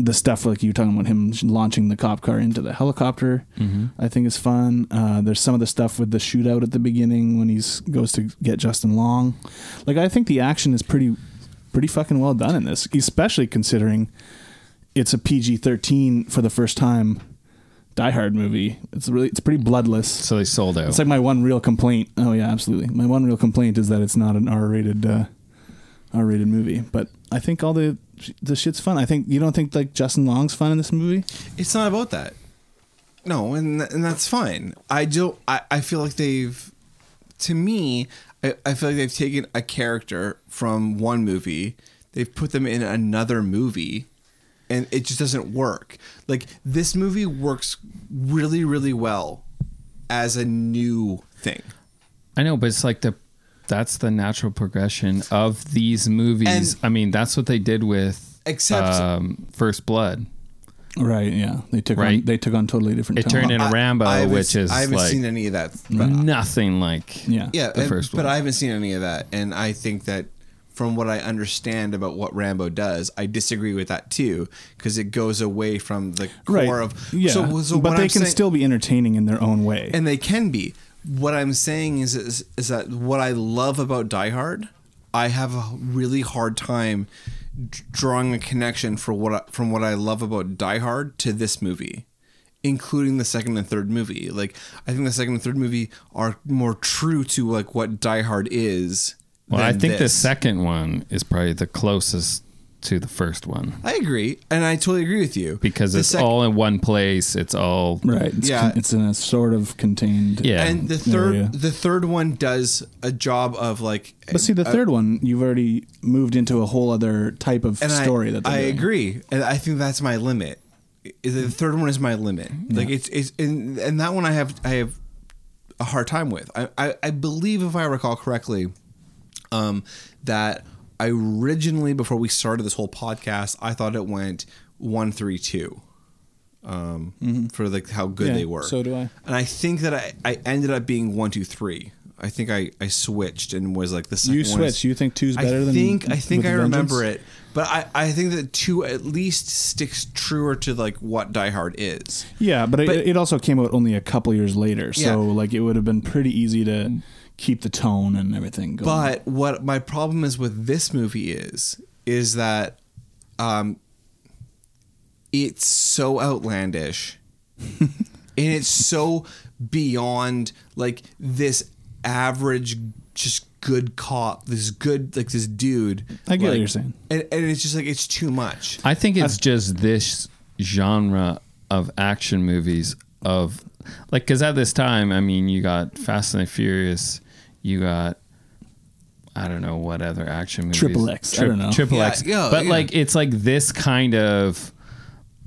Speaker 2: the stuff like you were talking about him sh- launching the cop car into the helicopter, I think is fun. Uh, there's some of the stuff with the shootout at the beginning when he's goes to get Justin Long. Like I think the action is pretty pretty fucking well done in this, especially considering it's a PG-13 for the first time. Die Hard movie. It's really it's pretty bloodless.
Speaker 3: So they sold out.
Speaker 2: It's like my one real complaint. Oh yeah, absolutely. My one real complaint is that it's not an R-rated, uh, R-rated movie. But I think all the the shit's fun. I think you don't think like Justin Long's fun in this movie.
Speaker 1: It's not about that. no, and th- and that's fine. I don't. I, I feel like they've, to me, I, I feel like they've taken a character from one movie, they've put them in another movie, and it just doesn't work. Like this movie works really, really well as a new thing.
Speaker 3: I know, but it's like the that's the natural progression of these movies.
Speaker 1: And-
Speaker 3: I mean, that's what they did with
Speaker 1: Except-
Speaker 3: um, First Blood.
Speaker 2: Right. Yeah. They took on,
Speaker 3: Right.
Speaker 2: they took on totally different.
Speaker 3: It
Speaker 2: tone.
Speaker 3: turned into
Speaker 1: I-
Speaker 3: Rambo,
Speaker 1: I haven't-
Speaker 3: which is
Speaker 1: I haven't
Speaker 3: like
Speaker 1: seen any of that. But uh,
Speaker 3: nothing like
Speaker 2: yeah.
Speaker 1: yeah,
Speaker 3: the
Speaker 1: and-
Speaker 3: first
Speaker 1: but
Speaker 3: one.
Speaker 1: I haven't seen any of that, and I think that from what I understand about what Rambo does, I disagree with that too because it goes away from the core
Speaker 2: Right.
Speaker 1: of
Speaker 2: yeah.
Speaker 1: So, so
Speaker 2: but
Speaker 1: what
Speaker 2: they
Speaker 1: I'm
Speaker 2: can
Speaker 1: saying-
Speaker 2: still be entertaining in their own way.
Speaker 1: and they can be. What I'm saying is, is is that what I love about Die Hard, I have a really hard time d- drawing a connection for what I, from what I love about Die Hard to this movie, including the second and third movie. Like I think the second and third movie are more true to like what Die Hard is.
Speaker 3: Well, I
Speaker 1: than
Speaker 3: think the
Speaker 1: this.
Speaker 3: second one is probably the closest to the first one
Speaker 1: I agree, and I totally agree with you
Speaker 3: because
Speaker 1: The
Speaker 3: it's
Speaker 1: sec-
Speaker 3: all in one place. It's all
Speaker 2: right. It's
Speaker 1: Yeah.
Speaker 2: Con- it's in a sort of contained.
Speaker 3: yeah.
Speaker 1: And the third,
Speaker 2: yeah.
Speaker 1: the third one does a job of like.
Speaker 2: But see, the
Speaker 1: Uh,
Speaker 2: third one, you've already moved into a whole other type of
Speaker 1: and
Speaker 2: story
Speaker 1: I,
Speaker 2: that they're
Speaker 1: I
Speaker 2: doing.
Speaker 1: agree, and I think that's my limit. I- The third one is my limit.
Speaker 2: Mm-hmm.
Speaker 1: Like it's it's and, and that one I have I have a hard time with. I, I I believe if I recall correctly, um, that I originally before we started this whole podcast, I thought it went one three two, um, for like how good
Speaker 2: Mm-hmm. Yeah,
Speaker 1: they were.
Speaker 2: so do I.
Speaker 1: And I think that I I ended up being one two three. I think I, I switched and was like the second
Speaker 2: You
Speaker 1: one is-
Speaker 2: switched. You think two's better
Speaker 1: I
Speaker 2: than
Speaker 1: think I think
Speaker 2: with
Speaker 1: I
Speaker 2: a
Speaker 1: remember
Speaker 2: vengeance?
Speaker 1: it, but I, I think that two at least sticks truer to like what Die Hard is.
Speaker 2: Yeah, but,
Speaker 1: But-
Speaker 2: it, it also came out only a couple years later, so
Speaker 1: Yeah.
Speaker 2: like it would have been pretty easy to keep the tone and everything. Going.
Speaker 1: But what my problem is with this movie is is that um it's so
Speaker 2: <laughs>
Speaker 1: outlandish and it's so beyond like this average just good cop this good like this dude
Speaker 2: I get what
Speaker 1: like-
Speaker 2: you're saying.
Speaker 1: and, and it's just like it's too much
Speaker 3: I think it's just this genre of action movies of like because at this time, I mean, you got Fast and the Furious, you got I don't know what other action movies.
Speaker 2: Triple X, I
Speaker 3: Tri-
Speaker 2: don't know.
Speaker 3: Triple
Speaker 1: Yeah,
Speaker 3: X.
Speaker 1: yeah,
Speaker 3: but
Speaker 1: yeah.
Speaker 3: like it's like this kind of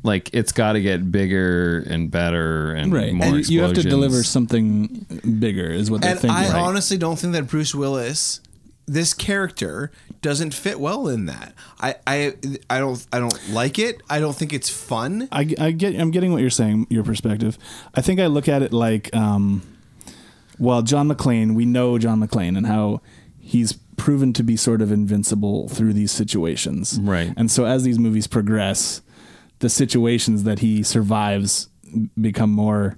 Speaker 3: like it's got to get bigger and better and
Speaker 2: right,
Speaker 3: more.
Speaker 2: and you have to
Speaker 3: explosions.
Speaker 2: deliver something bigger, is what they're
Speaker 1: And
Speaker 2: thinking.
Speaker 1: I honestly don't think that Bruce Willis, this character, doesn't fit well in that. I, I I don't I don't like it. I don't think it's fun.
Speaker 2: I, I get I'm getting what you're saying, your perspective. I think I look at it like, um, well, John McClane. We know John McClane and how he's proven to be sort of invincible through these situations,
Speaker 3: Right.
Speaker 2: And so as these movies progress, the situations that he survives become more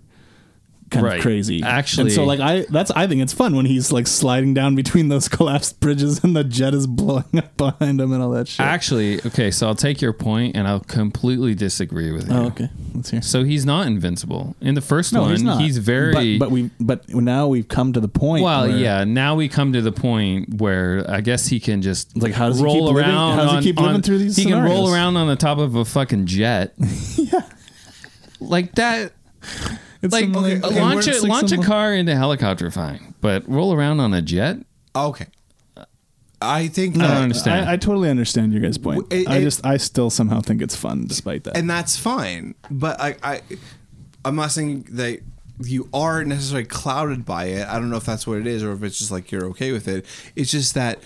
Speaker 2: kind
Speaker 3: Right.
Speaker 2: of crazy.
Speaker 3: Actually-
Speaker 2: and so like I that's I think it's fun when he's like sliding down between those <laughs> collapsed bridges and the jet is blowing up behind him and all that shit.
Speaker 3: Actually, okay, so I'll take your point and I'll completely disagree with you.
Speaker 2: oh, okay, let's hear.
Speaker 3: So he's not invincible. In the first one, he's, very.
Speaker 2: But, but we. But now we've come to the point.
Speaker 3: well,
Speaker 2: where-
Speaker 3: yeah. Now we come to the point where I guess he can just
Speaker 2: Like, how does he keep living-
Speaker 3: around.
Speaker 2: how does he
Speaker 3: on,
Speaker 2: keep living
Speaker 3: on-
Speaker 2: through these
Speaker 3: He can roll
Speaker 2: scenarios?
Speaker 3: around on the top of a fucking jet. <laughs> yeah, like that.
Speaker 2: It's
Speaker 3: Like uh,
Speaker 2: some,
Speaker 1: okay,
Speaker 2: like,
Speaker 1: okay,
Speaker 3: launch
Speaker 2: it's
Speaker 3: a
Speaker 2: like
Speaker 3: launch a
Speaker 2: some-
Speaker 3: car into helicopter, fine. But roll around on a jet.
Speaker 1: Okay, I think
Speaker 3: I
Speaker 1: that,
Speaker 3: don't understand.
Speaker 2: I, I totally understand your guys' point.
Speaker 1: It-
Speaker 2: I
Speaker 1: it-
Speaker 2: just, I still somehow think it's fun despite that.
Speaker 1: and that's fine. But I I I'm not saying that you are necessarily clouded by it. I don't know if that's what it is or if it's just like you're okay with it. It's just that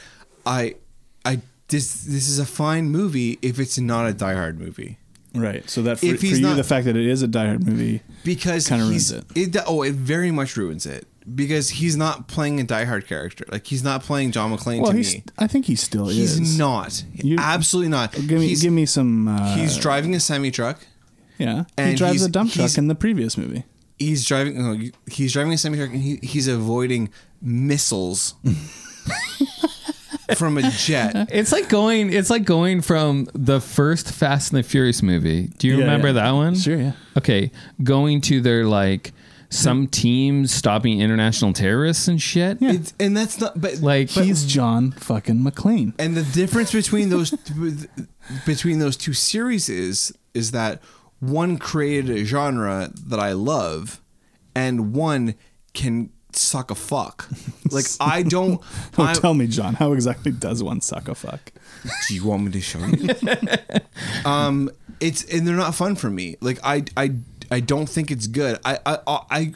Speaker 1: I I this this is a fine movie if it's not a Die Hard movie.
Speaker 2: right. So that for,
Speaker 1: If
Speaker 2: for
Speaker 1: he's
Speaker 2: you,
Speaker 1: not-
Speaker 2: the fact that it is a Die Hard movie,
Speaker 1: because
Speaker 2: Kinda
Speaker 1: he's,
Speaker 2: ruins
Speaker 1: it. Oh, it very much ruins it because he's not playing a diehard character. Like he's not playing John McClane
Speaker 2: well,
Speaker 1: to
Speaker 2: he's.
Speaker 1: me.
Speaker 2: I think he still
Speaker 1: He's
Speaker 2: is.
Speaker 1: not.
Speaker 2: You-
Speaker 1: Absolutely not.
Speaker 2: Give me,
Speaker 1: he's,
Speaker 2: give me some. Uh,
Speaker 1: he's driving a semi truck.
Speaker 2: yeah. He
Speaker 1: and
Speaker 2: drives
Speaker 1: he's-
Speaker 2: a dump
Speaker 1: he's-
Speaker 2: truck in the previous movie.
Speaker 1: He's driving. no, he's driving a semi truck, and he, he's avoiding
Speaker 2: <laughs>
Speaker 1: missiles from a jet.
Speaker 3: It's like going. It's like going from the first Fast and the Furious movie. Do you
Speaker 2: Yeah,
Speaker 3: remember
Speaker 2: yeah.
Speaker 3: that one?
Speaker 2: Sure, yeah.
Speaker 3: Okay, going to their like some teams stopping international terrorists and shit.
Speaker 2: Yeah.
Speaker 1: It's, and that's not. But
Speaker 3: Like
Speaker 1: but-
Speaker 2: he's John fucking McClane.
Speaker 1: and the difference between those between those two series is is that one created a genre that I love, and one can suck a fuck. Like I don't.
Speaker 2: Oh,
Speaker 1: I-
Speaker 2: <laughs> tell me, John, how exactly does one suck a fuck?
Speaker 1: do you want me to show you? um, it's and they're not fun for me. Like I I I don't think it's good. I I I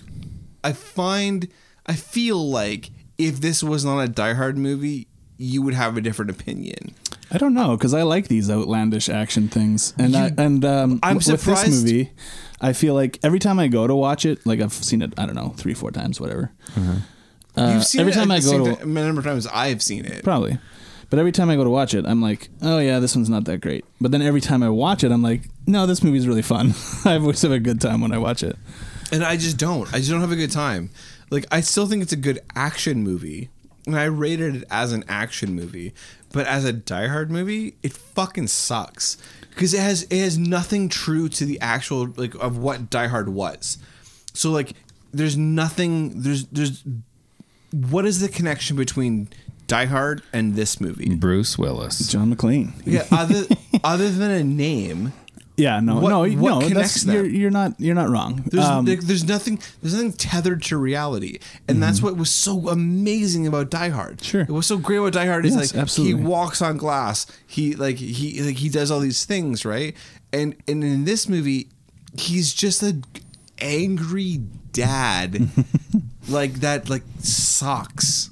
Speaker 1: I find I feel like if this was not a Die Hard movie, you would have a different opinion.
Speaker 2: I don't know because I like these outlandish action things, and I and um,
Speaker 1: I'm
Speaker 2: w- with this
Speaker 1: surprised-
Speaker 2: movie, I feel like every time I go to watch it, like I've seen it, I don't know, three four times, whatever. Uh,
Speaker 1: Uh-huh. You've seen
Speaker 2: every
Speaker 1: it
Speaker 2: time
Speaker 1: at
Speaker 2: I
Speaker 1: the
Speaker 2: go
Speaker 1: same
Speaker 2: to
Speaker 1: ti- a number of times I've seen it.
Speaker 2: probably, but every time I go to watch it, I'm like, oh yeah, this one's not that great. But then every time I watch it, I'm like, no, this movie's really fun. <laughs> I always have a good time when I watch it.
Speaker 1: And I just don't. I just don't have a good time. Like I still think it's a good action movie. And I rated it as an action movie, but as a Die Hard movie, it fucking sucks because it has it has nothing true to the actual like of what Die Hard was. So like, there's nothing. There's there's what is the connection between Die Hard and this movie?
Speaker 2: Mm.
Speaker 3: Bruce Willis.
Speaker 2: John McClane.
Speaker 1: Yeah, other <laughs> other than a name,
Speaker 2: <laughs> Yeah, no,
Speaker 1: What-
Speaker 2: no,
Speaker 1: what
Speaker 2: no. that's-
Speaker 1: connects them?
Speaker 2: You're, you're not, you're not wrong.
Speaker 1: There's,
Speaker 2: Um,
Speaker 1: there- there's nothing there's nothing tethered to reality, and that's what was so amazing about Die Hard.
Speaker 2: Mm-hmm. Sure.
Speaker 1: what's so great about Die Hard is
Speaker 2: Yes,
Speaker 1: like
Speaker 2: absolutely.
Speaker 1: he walks on glass. He like he like he does all these things right, and and in this movie, he's just a angry
Speaker 2: <laughs>
Speaker 1: dad, like that like sucks.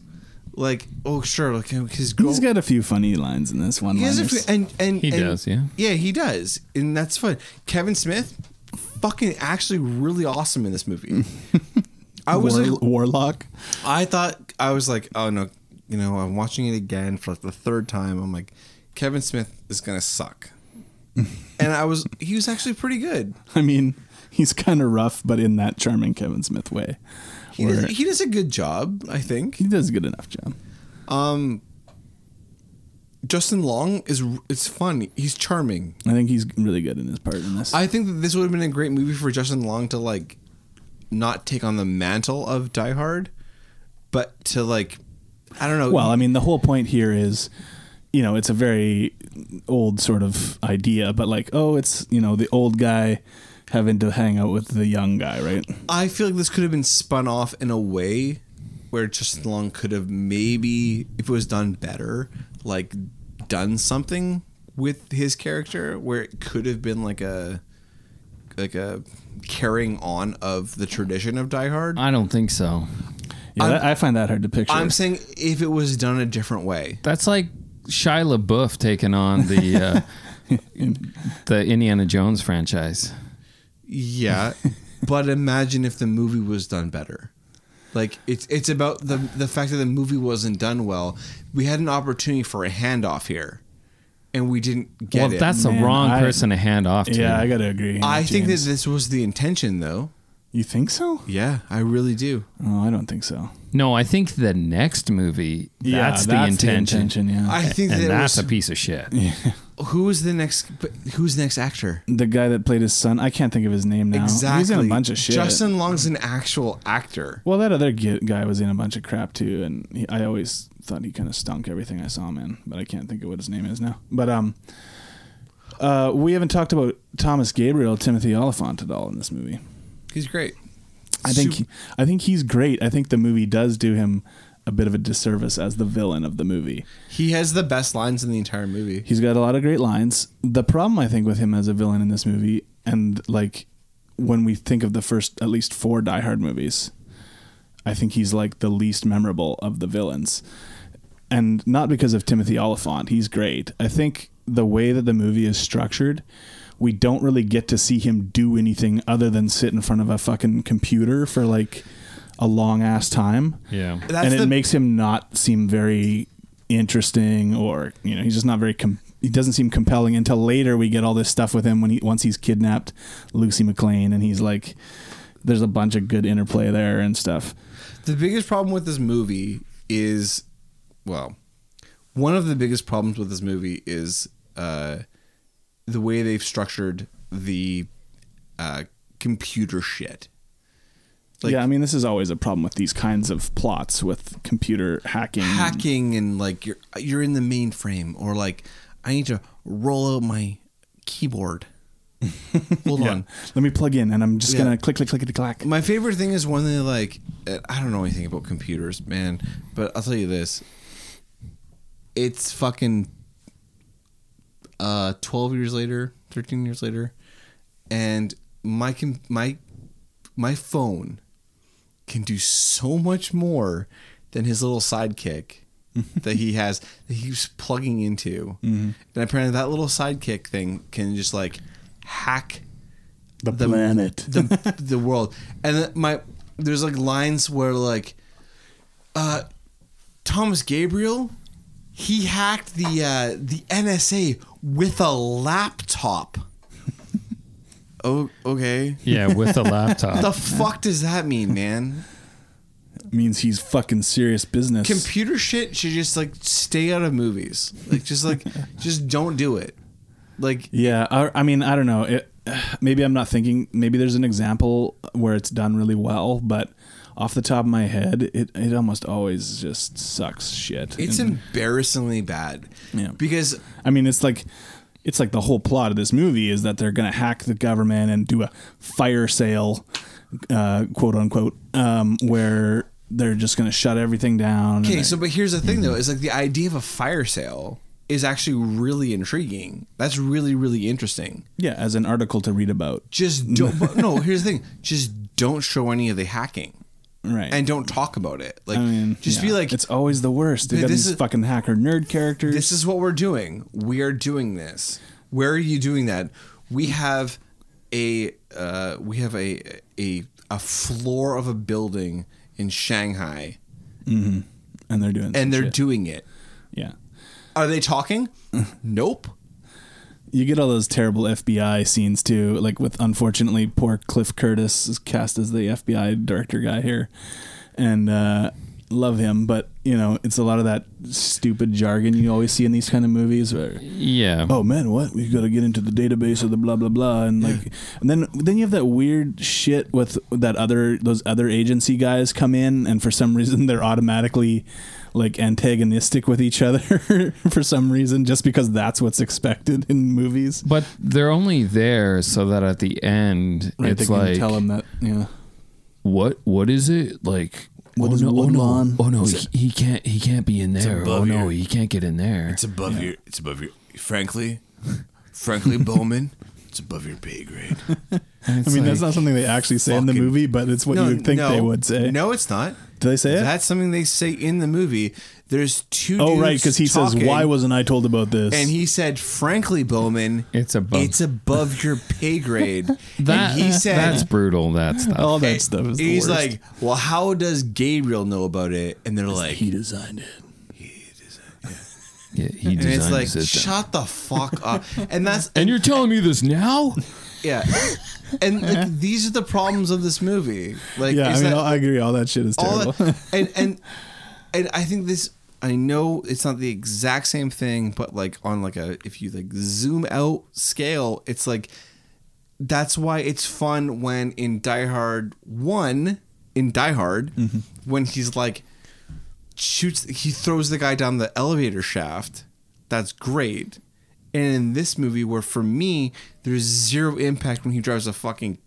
Speaker 1: Like oh sure like his girl.
Speaker 2: he's got a few funny lines in this one.
Speaker 1: He has a few- and and
Speaker 3: He
Speaker 1: and-
Speaker 3: does, yeah.
Speaker 1: yeah, he does, and that's fun. Kevin Smith, fucking actually really awesome in this
Speaker 3: <laughs>
Speaker 1: movie. I was like,
Speaker 2: warlock.
Speaker 1: I thought I was like, oh no, you know, I'm watching it again for like the third time. I'm like, Kevin Smith is gonna
Speaker 3: <laughs>
Speaker 1: suck, and I was he was actually pretty good.
Speaker 2: <laughs> I mean, he's kind of rough, but in that charming Kevin Smith way.
Speaker 1: He
Speaker 2: where
Speaker 1: does, he does a good job, I think.
Speaker 2: he does a good enough job.
Speaker 1: Justin Long is it's fun. He's charming.
Speaker 2: I think he's really good in his part in this.
Speaker 1: I think that this would have been a great movie for Justin Long to like not take on the mantle of Die Hard, but to like I don't know.
Speaker 2: well, I mean, the whole point here is, you know, it's a very old sort of idea, but like, oh, it's you know the old guy having to hang out with the young guy, right?
Speaker 1: I feel like this could have been spun off in a way where Justin Long could have maybe, if it was done better, like done something with his character where it could have been like a like a carrying on of the tradition of Die Hard.
Speaker 3: I don't think so.
Speaker 2: Yeah, that, I find that hard to picture.
Speaker 1: I'm saying if it was done a different way.
Speaker 3: That's like Shia LaBeouf taking on the
Speaker 2: <laughs>
Speaker 3: uh, the Indiana Jones franchise.
Speaker 2: <laughs>
Speaker 1: Yeah, but imagine if the movie was done better. Like it's it's about the the fact that the movie wasn't done well. We had an opportunity for a handoff here, and we didn't get
Speaker 3: well,
Speaker 1: it.
Speaker 3: that's
Speaker 2: Man,
Speaker 3: the wrong
Speaker 2: I-
Speaker 3: person to hand off to.
Speaker 2: yeah, I gotta agree.
Speaker 1: I
Speaker 2: with
Speaker 1: think that
Speaker 2: James.
Speaker 1: this was the intention, though.
Speaker 2: you think so.
Speaker 1: Yeah, I really do.
Speaker 2: Oh, I don't think so.
Speaker 3: no, I think the next movie.
Speaker 2: yeah,
Speaker 3: that's, the, intention.
Speaker 2: yeah,
Speaker 1: I think
Speaker 3: and
Speaker 1: that it
Speaker 3: that's
Speaker 1: was,
Speaker 3: a piece
Speaker 2: <laughs>
Speaker 3: of shit.
Speaker 1: who was the next who's the next actor.
Speaker 2: the guy that played his son. I can't think of his name now.
Speaker 1: Exactly,
Speaker 2: He's in a bunch of shit.
Speaker 1: Justin Long's an actual actor.
Speaker 2: Well, that other gi- guy was in a bunch of crap too, and he, I always thought he kind of stunk everything I saw him in, but I can't think of what his name is now. But um, uh, we haven't talked about Thomas Gabriel, Timothy Oliphant at all in this movie.
Speaker 1: He's great.
Speaker 2: I think
Speaker 1: Sup-
Speaker 2: I think he's great. I think the movie does do him a bit of a disservice as the villain of the movie.
Speaker 1: he has the best lines in the entire movie.
Speaker 2: He's got a lot of great lines. The problem I think with him as a villain in this movie, and like when we think of the first at least four Die Hard movies, I think he's like the least memorable of the villains. And not because of Timothy Oliphant, he's great. I think the way that the movie is structured, we don't really get to see him do anything other than sit in front of a fucking computer for like a long ass time
Speaker 3: Yeah.
Speaker 1: That's
Speaker 2: and it
Speaker 1: the-
Speaker 2: makes him not seem very interesting or you know he's just not very com- he doesn't seem compelling until later we get all this stuff with him when he once he's kidnapped Lucy McLean and he's like there's a bunch of good interplay there and stuff
Speaker 1: The biggest problem with this movie is, well, one of the biggest problems with this movie is uh, the way they've structured the uh, computer shit. Like
Speaker 2: yeah I mean this is always a problem with these kinds of plots with computer hacking
Speaker 1: hacking and like you're
Speaker 2: <laughs>
Speaker 1: you're in the mainframe or like I need to roll out my keyboard Hold
Speaker 2: Yeah.
Speaker 1: on.
Speaker 2: Let me plug in, and I'm just
Speaker 1: Yeah.
Speaker 2: gonna click, click, click, click, clack.
Speaker 1: My favorite thing is when they like, uh, I don't know anything about computers, man, but I'll tell you this. It's fucking uh, 12 years later, 13 years later, and my com- my my phone can do so much more than his little sidekick that he has that he keeps plugging into. And apparently that little sidekick thing can just like hack
Speaker 8: The, planet.
Speaker 1: <laughs> the the world. And then my there's like lines where like uh Thomas Gabriel he hacked the uh the NSA with a <laughs> laptop. oh okay.
Speaker 3: Yeah, with a laptop.
Speaker 1: The fuck does that mean, man?
Speaker 2: means he's fucking serious business.
Speaker 1: Computer shit should just like stay out of movies. Like just <laughs> like just don't do it. Like
Speaker 2: yeah, I, I mean, I don't know. It, maybe I'm not thinking. Maybe there's an example where it's done really well, but off the top of my head, it it almost always just sucks shit.
Speaker 1: it's
Speaker 2: And-
Speaker 1: embarrassingly bad.
Speaker 2: Yeah.
Speaker 1: Because
Speaker 2: I mean, it's like it's like the whole plot of this movie is that they're going to hack the government and do a fire sale, uh, quote unquote, um, where they're just going to shut everything down. and
Speaker 1: Okay,
Speaker 2: they-
Speaker 1: so but here's the thing though,
Speaker 2: Mm-hmm.
Speaker 1: is like the idea of a fire sale is actually really intriguing. That's really really interesting.
Speaker 2: yeah, as an article to read about, <laughs>
Speaker 1: Just don't but no, here's the thing. Just don't show any of the hacking
Speaker 2: right?
Speaker 1: and don't talk about it. Like
Speaker 2: I mean,
Speaker 1: just be
Speaker 2: yeah,
Speaker 1: like
Speaker 2: it's always the worst. They
Speaker 1: Th-
Speaker 2: got
Speaker 1: this
Speaker 2: these
Speaker 1: is-
Speaker 2: fucking hacker nerd characters.
Speaker 1: this is what we're doing. We are doing this. Where are you doing that? We have a uh, we have a a a floor of a building in Shanghai
Speaker 2: and they're doing some
Speaker 1: and they're
Speaker 2: shit.
Speaker 1: doing it.
Speaker 2: yeah.
Speaker 1: Are they
Speaker 2: <laughs>
Speaker 1: talking? nope.
Speaker 2: You get all those terrible FBI scenes too, like with unfortunately poor Cliff Curtis is cast as the FBI director guy here, and uh, love him, but you know it's a lot of that stupid jargon you always see in these kind of movies. Where,
Speaker 3: <laughs> yeah.
Speaker 2: oh man, what we've got to get into the database of the blah blah blah, and like, and then then you have that weird shit with that other those other agency guys come in, and for some reason they're automatically like antagonistic with each other <laughs> for some reason just because that's what's expected in movies.
Speaker 3: But they're only there so that at the end
Speaker 2: Right,
Speaker 3: it's
Speaker 2: they can
Speaker 3: like
Speaker 2: tell him that. Yeah,
Speaker 3: what what is it like?
Speaker 2: What
Speaker 3: oh,
Speaker 2: is
Speaker 3: no, oh no!
Speaker 2: Woodlawn?
Speaker 3: Oh no!
Speaker 2: It's
Speaker 3: He, he can't he can't be in there.
Speaker 1: above
Speaker 3: Oh no!
Speaker 1: your-
Speaker 3: He can't get in there.
Speaker 1: It's above your. It's above your. Frankly,
Speaker 2: <laughs>
Speaker 1: frankly, Bowman, it's above your pay grade.
Speaker 2: I mean that's not something they actually say in the
Speaker 1: fucking-
Speaker 2: movie, but it's what you would think they would say.
Speaker 1: No, it's not.
Speaker 2: do they say it?
Speaker 1: That's something they say in the movie. There's two.
Speaker 2: oh right,
Speaker 1: dudes
Speaker 2: because he says,
Speaker 1: talking,
Speaker 2: "Why wasn't I told about this?"
Speaker 1: And he said, "Frankly, Bowman,
Speaker 3: It's above-
Speaker 1: It's above your pay
Speaker 2: <laughs>
Speaker 1: grade."
Speaker 3: that,
Speaker 1: and he said, Oh,
Speaker 3: that's brutal. That stuff.
Speaker 2: all that stuff is the
Speaker 1: He's
Speaker 2: worst.
Speaker 1: like, "Well, how does Gabriel know about it?" And they're like,
Speaker 8: he designed it.
Speaker 3: yeah, he
Speaker 1: and it's
Speaker 3: designed
Speaker 1: like,
Speaker 3: the system.
Speaker 1: shut the fuck
Speaker 2: <laughs>
Speaker 1: up. And that's
Speaker 3: and you're telling me this now?
Speaker 1: yeah. And like, these are the problems of this movie. Like,
Speaker 2: Yeah, I
Speaker 1: is
Speaker 2: mean,
Speaker 1: that-
Speaker 2: I agree. All that shit is
Speaker 1: all
Speaker 2: terrible.
Speaker 1: that- and and and I think this. I know it's not the exact same thing, but like on like a if you like zoom out scale, it's like that's why it's fun when in Die Hard one in Die Hard
Speaker 2: Mm-hmm.
Speaker 1: when he's like shoots he throws the guy down the elevator shaft. That's great. And in this movie, where for me there's zero impact when he drives a fucking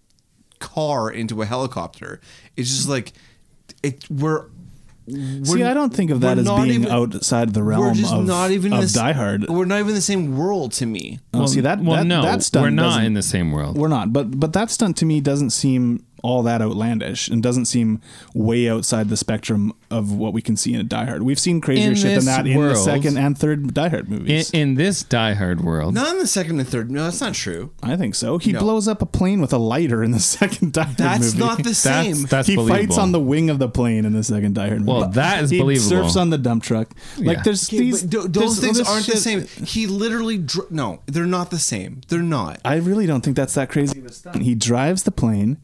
Speaker 1: car into a helicopter. It's just like it. We're, we're
Speaker 2: See, I don't think of that
Speaker 1: we're
Speaker 2: as
Speaker 1: not
Speaker 2: being
Speaker 1: even-
Speaker 2: outside the realm
Speaker 1: We're just
Speaker 2: of,
Speaker 1: not even in
Speaker 2: of
Speaker 1: this,
Speaker 2: Die Hard.
Speaker 1: We're not even in the same world to me.
Speaker 2: well, see that?
Speaker 3: Well,
Speaker 2: that,
Speaker 3: no,
Speaker 2: that stunt
Speaker 3: we're not
Speaker 2: doesn't-
Speaker 3: in the same world.
Speaker 2: We're not, but but that stunt to me doesn't seem all that outlandish and doesn't seem way outside the spectrum of what we can see in a Die Hard. We've seen crazier
Speaker 3: In
Speaker 2: shit
Speaker 3: this
Speaker 2: than that in the
Speaker 3: world-
Speaker 2: second and third Die Hard
Speaker 3: in,
Speaker 2: movies.
Speaker 3: in this Die Hard world,
Speaker 1: Not in the second and third. No, that's not true.
Speaker 2: I think so. He
Speaker 1: No.
Speaker 2: blows up a plane with a lighter in the <laughs> second Die Hard
Speaker 1: That's
Speaker 2: movie.
Speaker 1: not the same.
Speaker 3: that's that's
Speaker 2: he
Speaker 3: believable.
Speaker 2: fights on the wing of the plane in the second Die Hard movie.
Speaker 3: Well, that is
Speaker 2: he
Speaker 3: believable.
Speaker 2: surfs on the dump truck. Like
Speaker 3: Yeah.
Speaker 2: there's
Speaker 1: Okay,
Speaker 2: these
Speaker 1: but th-
Speaker 2: there's
Speaker 1: those things
Speaker 2: this
Speaker 1: aren't the
Speaker 2: shit-
Speaker 1: same. He literally dr- no, they're not the same. They're not.
Speaker 2: I really don't think that's that crazy of a stunt. He drives the plane,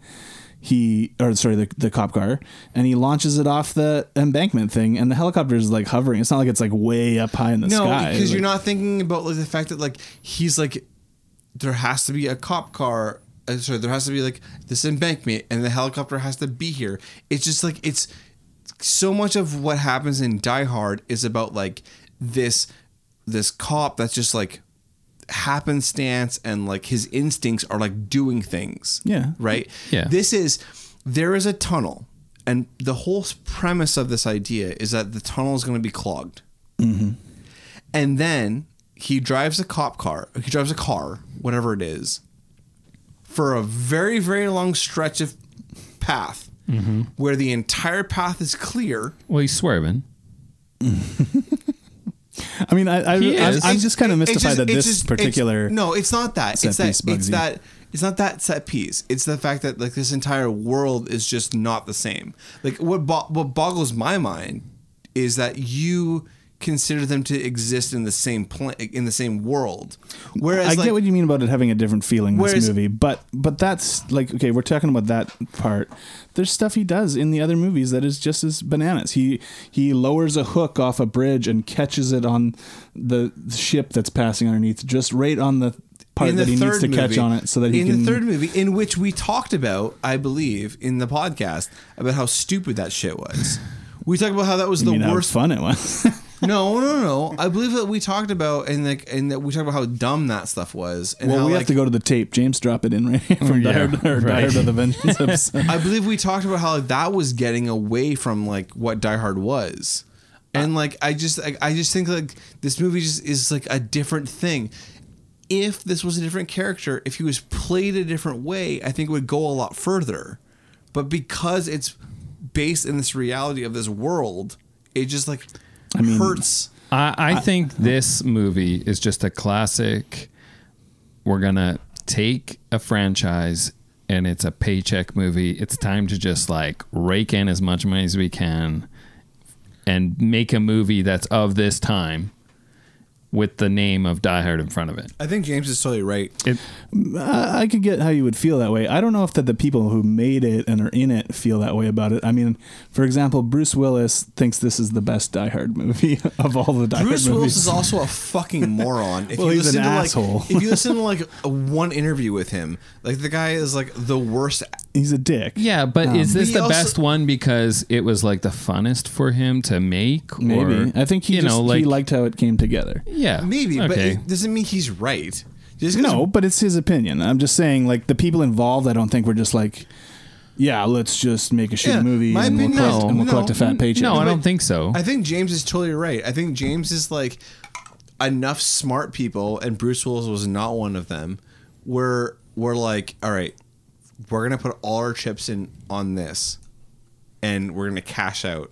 Speaker 2: he or sorry, the, the cop car, and he launches it off the embankment thing, and the helicopter is like hovering. It's not like it's like way up high in the
Speaker 1: no,
Speaker 2: sky.
Speaker 1: because you're
Speaker 2: Like,
Speaker 1: not thinking about like the fact that like he's like there has to be a cop car. uh, Sorry, there has to be like this embankment, and the helicopter has to be here. It's just like it's so much of what happens in Die Hard is about like this this cop that's just like happenstance and like his instincts are like doing things.
Speaker 2: Yeah.
Speaker 1: Right?
Speaker 3: Yeah.
Speaker 1: This is there is a tunnel and the whole premise of this idea is that the tunnel is going to be clogged. And then he drives a cop car. He drives a car, whatever it is, for a very, very long stretch of path where the entire path is clear.
Speaker 3: Well, he's swerving.
Speaker 2: I mean, I, I,
Speaker 3: He
Speaker 2: I'm,
Speaker 3: is.
Speaker 2: I'm just kind of
Speaker 1: It's
Speaker 2: mystified
Speaker 1: just-
Speaker 2: that
Speaker 1: it's
Speaker 2: this
Speaker 1: just- it's-
Speaker 2: particular.
Speaker 1: no, it's not that.
Speaker 2: set
Speaker 1: It's that.
Speaker 2: piece bugs
Speaker 1: It's
Speaker 2: you.
Speaker 1: that. It's not that set piece. It's the fact that like this entire world is just not the same. Like what bo- what boggles my mind is that you consider them to exist in the same pla- in the same world. Whereas
Speaker 2: I
Speaker 1: like,
Speaker 2: get what you mean about it having a different feeling in this
Speaker 1: Whereas-
Speaker 2: movie, but but that's like okay, we're talking about that part. There's stuff he does in the other movies that is just as bananas. He he lowers a hook off a bridge and catches it on the ship that's passing underneath, just right on the part
Speaker 1: in
Speaker 2: that
Speaker 1: the
Speaker 2: he
Speaker 1: third
Speaker 2: needs to catch
Speaker 1: movie-
Speaker 2: on it, so that he
Speaker 1: in
Speaker 2: can.
Speaker 1: the third movie, in which we talked about, I believe, in the podcast about how stupid that shit was. We talked about how that was
Speaker 2: I
Speaker 1: the
Speaker 2: mean, how
Speaker 1: worst
Speaker 2: fun it
Speaker 1: <laughs>
Speaker 2: was.
Speaker 1: No, no, no. I believe that we talked about and like and that we talked about how dumb that stuff was. And
Speaker 2: well,
Speaker 1: how,
Speaker 2: we
Speaker 1: like,
Speaker 2: have to go to the tape. James, drop it in right here from
Speaker 3: Oh, Yeah,
Speaker 2: Dire, or
Speaker 3: right.
Speaker 2: Dire to the
Speaker 3: <laughs>
Speaker 2: Vengeance episode.
Speaker 1: I believe we talked about how that was getting away from like what Die Hard was, and like I just I, I just think like this movie just is like a different thing. If this was a different character, if he was played a different way, I think it would go a lot further. But because it's based in this reality of this world, it just like hurts.
Speaker 3: I, I think this movie is just a classic. We're gonna take a franchise and it's a paycheck movie. It's time to just like rake in as much money as we can and make a movie that's of this time with the name of Die Hard in front of it.
Speaker 1: I think James is totally right.
Speaker 2: I could get how you would feel that way. I don't know if that the people who made it and are in it feel that way about it. I mean, for example, Bruce Willis thinks this is the best Die Hard movie <laughs> of all the Die
Speaker 1: Bruce
Speaker 2: Hard
Speaker 1: Willis
Speaker 2: movies.
Speaker 1: is also a
Speaker 2: <laughs>
Speaker 1: fucking moron. If
Speaker 2: Well,
Speaker 1: you
Speaker 2: he's
Speaker 1: listen
Speaker 2: an
Speaker 1: to
Speaker 2: asshole.
Speaker 1: Like, if you listen to
Speaker 2: <laughs>
Speaker 1: like a- one interview with him, like the guy is like the worst.
Speaker 2: He's a dick.
Speaker 3: Yeah,
Speaker 2: Um,
Speaker 3: but is this
Speaker 1: He
Speaker 3: the
Speaker 1: also-
Speaker 3: best one because it was like the funnest for him to make?
Speaker 2: maybe.
Speaker 3: Or,
Speaker 2: I think he
Speaker 3: you
Speaker 2: just,
Speaker 3: know like
Speaker 2: he liked how it came together.
Speaker 3: yeah
Speaker 1: Maybe, but
Speaker 3: okay.
Speaker 1: it doesn't mean he's right. Just 'cause-
Speaker 2: No, but it's his opinion. I'm just saying, like the people involved, I don't think were just like, yeah, let's just make a shit
Speaker 1: Yeah,
Speaker 2: movie
Speaker 1: my
Speaker 2: and we'll,
Speaker 1: opinion-
Speaker 2: collect,
Speaker 1: no,
Speaker 2: and we'll
Speaker 1: no,
Speaker 2: collect a fat paycheck.
Speaker 3: no, I
Speaker 1: but
Speaker 3: don't think so.
Speaker 1: I think James is totally right. I think James is like enough smart people, and Bruce Willis was not one of them. Where we're like, all right, we're gonna put all our chips in on this, and we're gonna cash out.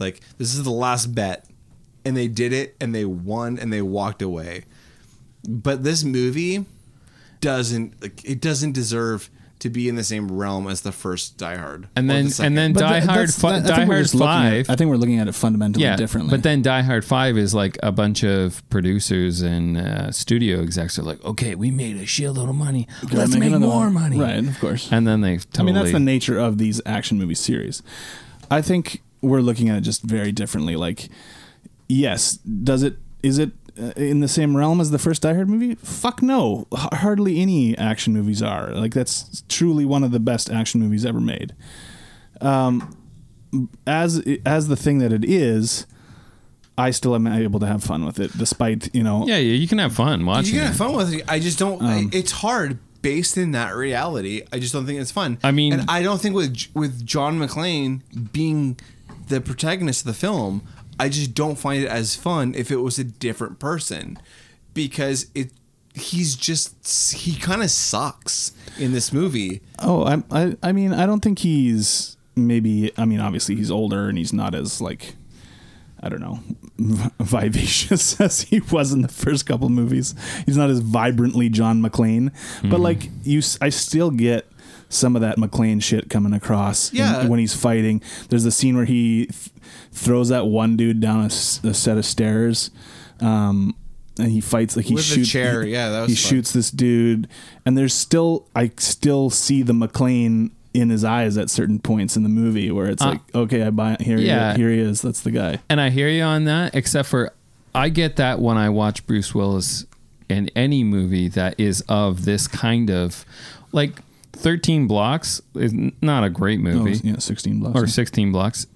Speaker 1: Like this is the last bet, and they did it, and they won, and they walked away. But this movie doesn't like it doesn't deserve to be in the same realm as the first Die Hard.
Speaker 3: and
Speaker 1: or
Speaker 3: then
Speaker 1: the second.
Speaker 3: and then
Speaker 2: But
Speaker 3: Die
Speaker 2: that-
Speaker 3: Hard
Speaker 2: that's-
Speaker 3: fi-
Speaker 2: that- I think
Speaker 3: Die
Speaker 2: we're
Speaker 3: Hard
Speaker 2: just looking at-
Speaker 3: Five.
Speaker 2: I think we're looking at it fundamentally differently.
Speaker 3: But then Die Hard Five is like a bunch of producers and uh, studio execs are like, okay, we made a shitload of money,
Speaker 2: Gotta
Speaker 3: let's make,
Speaker 2: another
Speaker 3: more
Speaker 2: one.
Speaker 3: money,
Speaker 2: right? Of course.
Speaker 3: And then they totally.
Speaker 2: I mean, that's the nature of these action movie series. I think we're looking at it just very differently. Like, yes, does it? Is it uh, in the same realm as the first Die Hard movie? Fuck no. H- hardly any action movies are. Like, that's truly one of the best action movies ever made. Um, as as the thing that it is, I still am able to have fun with it, despite you know.
Speaker 3: yeah, yeah, you can have fun watching.
Speaker 1: You can have
Speaker 3: it.
Speaker 1: fun with it. I just don't.
Speaker 3: Um,
Speaker 1: I- it's hard based in that reality. I just don't think it's fun.
Speaker 3: I mean-
Speaker 1: and I don't think with J- with John McClane being the protagonist of the film, I just don't find it as fun if it was a different person, because it he's just he kind of sucks in this movie.
Speaker 2: Oh, I, I, I mean, I don't think he's maybe. I mean, obviously he's older and he's not as like, I don't know, <laughs> v- vivacious <laughs> as he was in the first couple movies. He's not as vibrantly John McClane,
Speaker 1: Mm-hmm.
Speaker 2: but like you, s- I still get some of that McClane shit coming across. in-
Speaker 1: Yeah.
Speaker 2: when he's fighting, there's the scene where he th- throws that one dude down a, s- a set of stairs. Um, and he fights like he
Speaker 1: With a
Speaker 2: shoots
Speaker 1: chair, yeah, that was
Speaker 2: he
Speaker 1: fun.
Speaker 2: shoots this dude and there's still i still see the mclean in his eyes at certain points in the movie where it's
Speaker 3: Uh,
Speaker 2: like okay i buy it here,
Speaker 3: yeah.
Speaker 2: he, here he is that's the guy
Speaker 3: And I hear you on that, except for I get that when I watch Bruce Willis in any movie that is of this kind of like 13 blocks is n- not a great
Speaker 2: oh,
Speaker 3: movie.
Speaker 2: yeah 16 blocks
Speaker 3: or 16 blocks.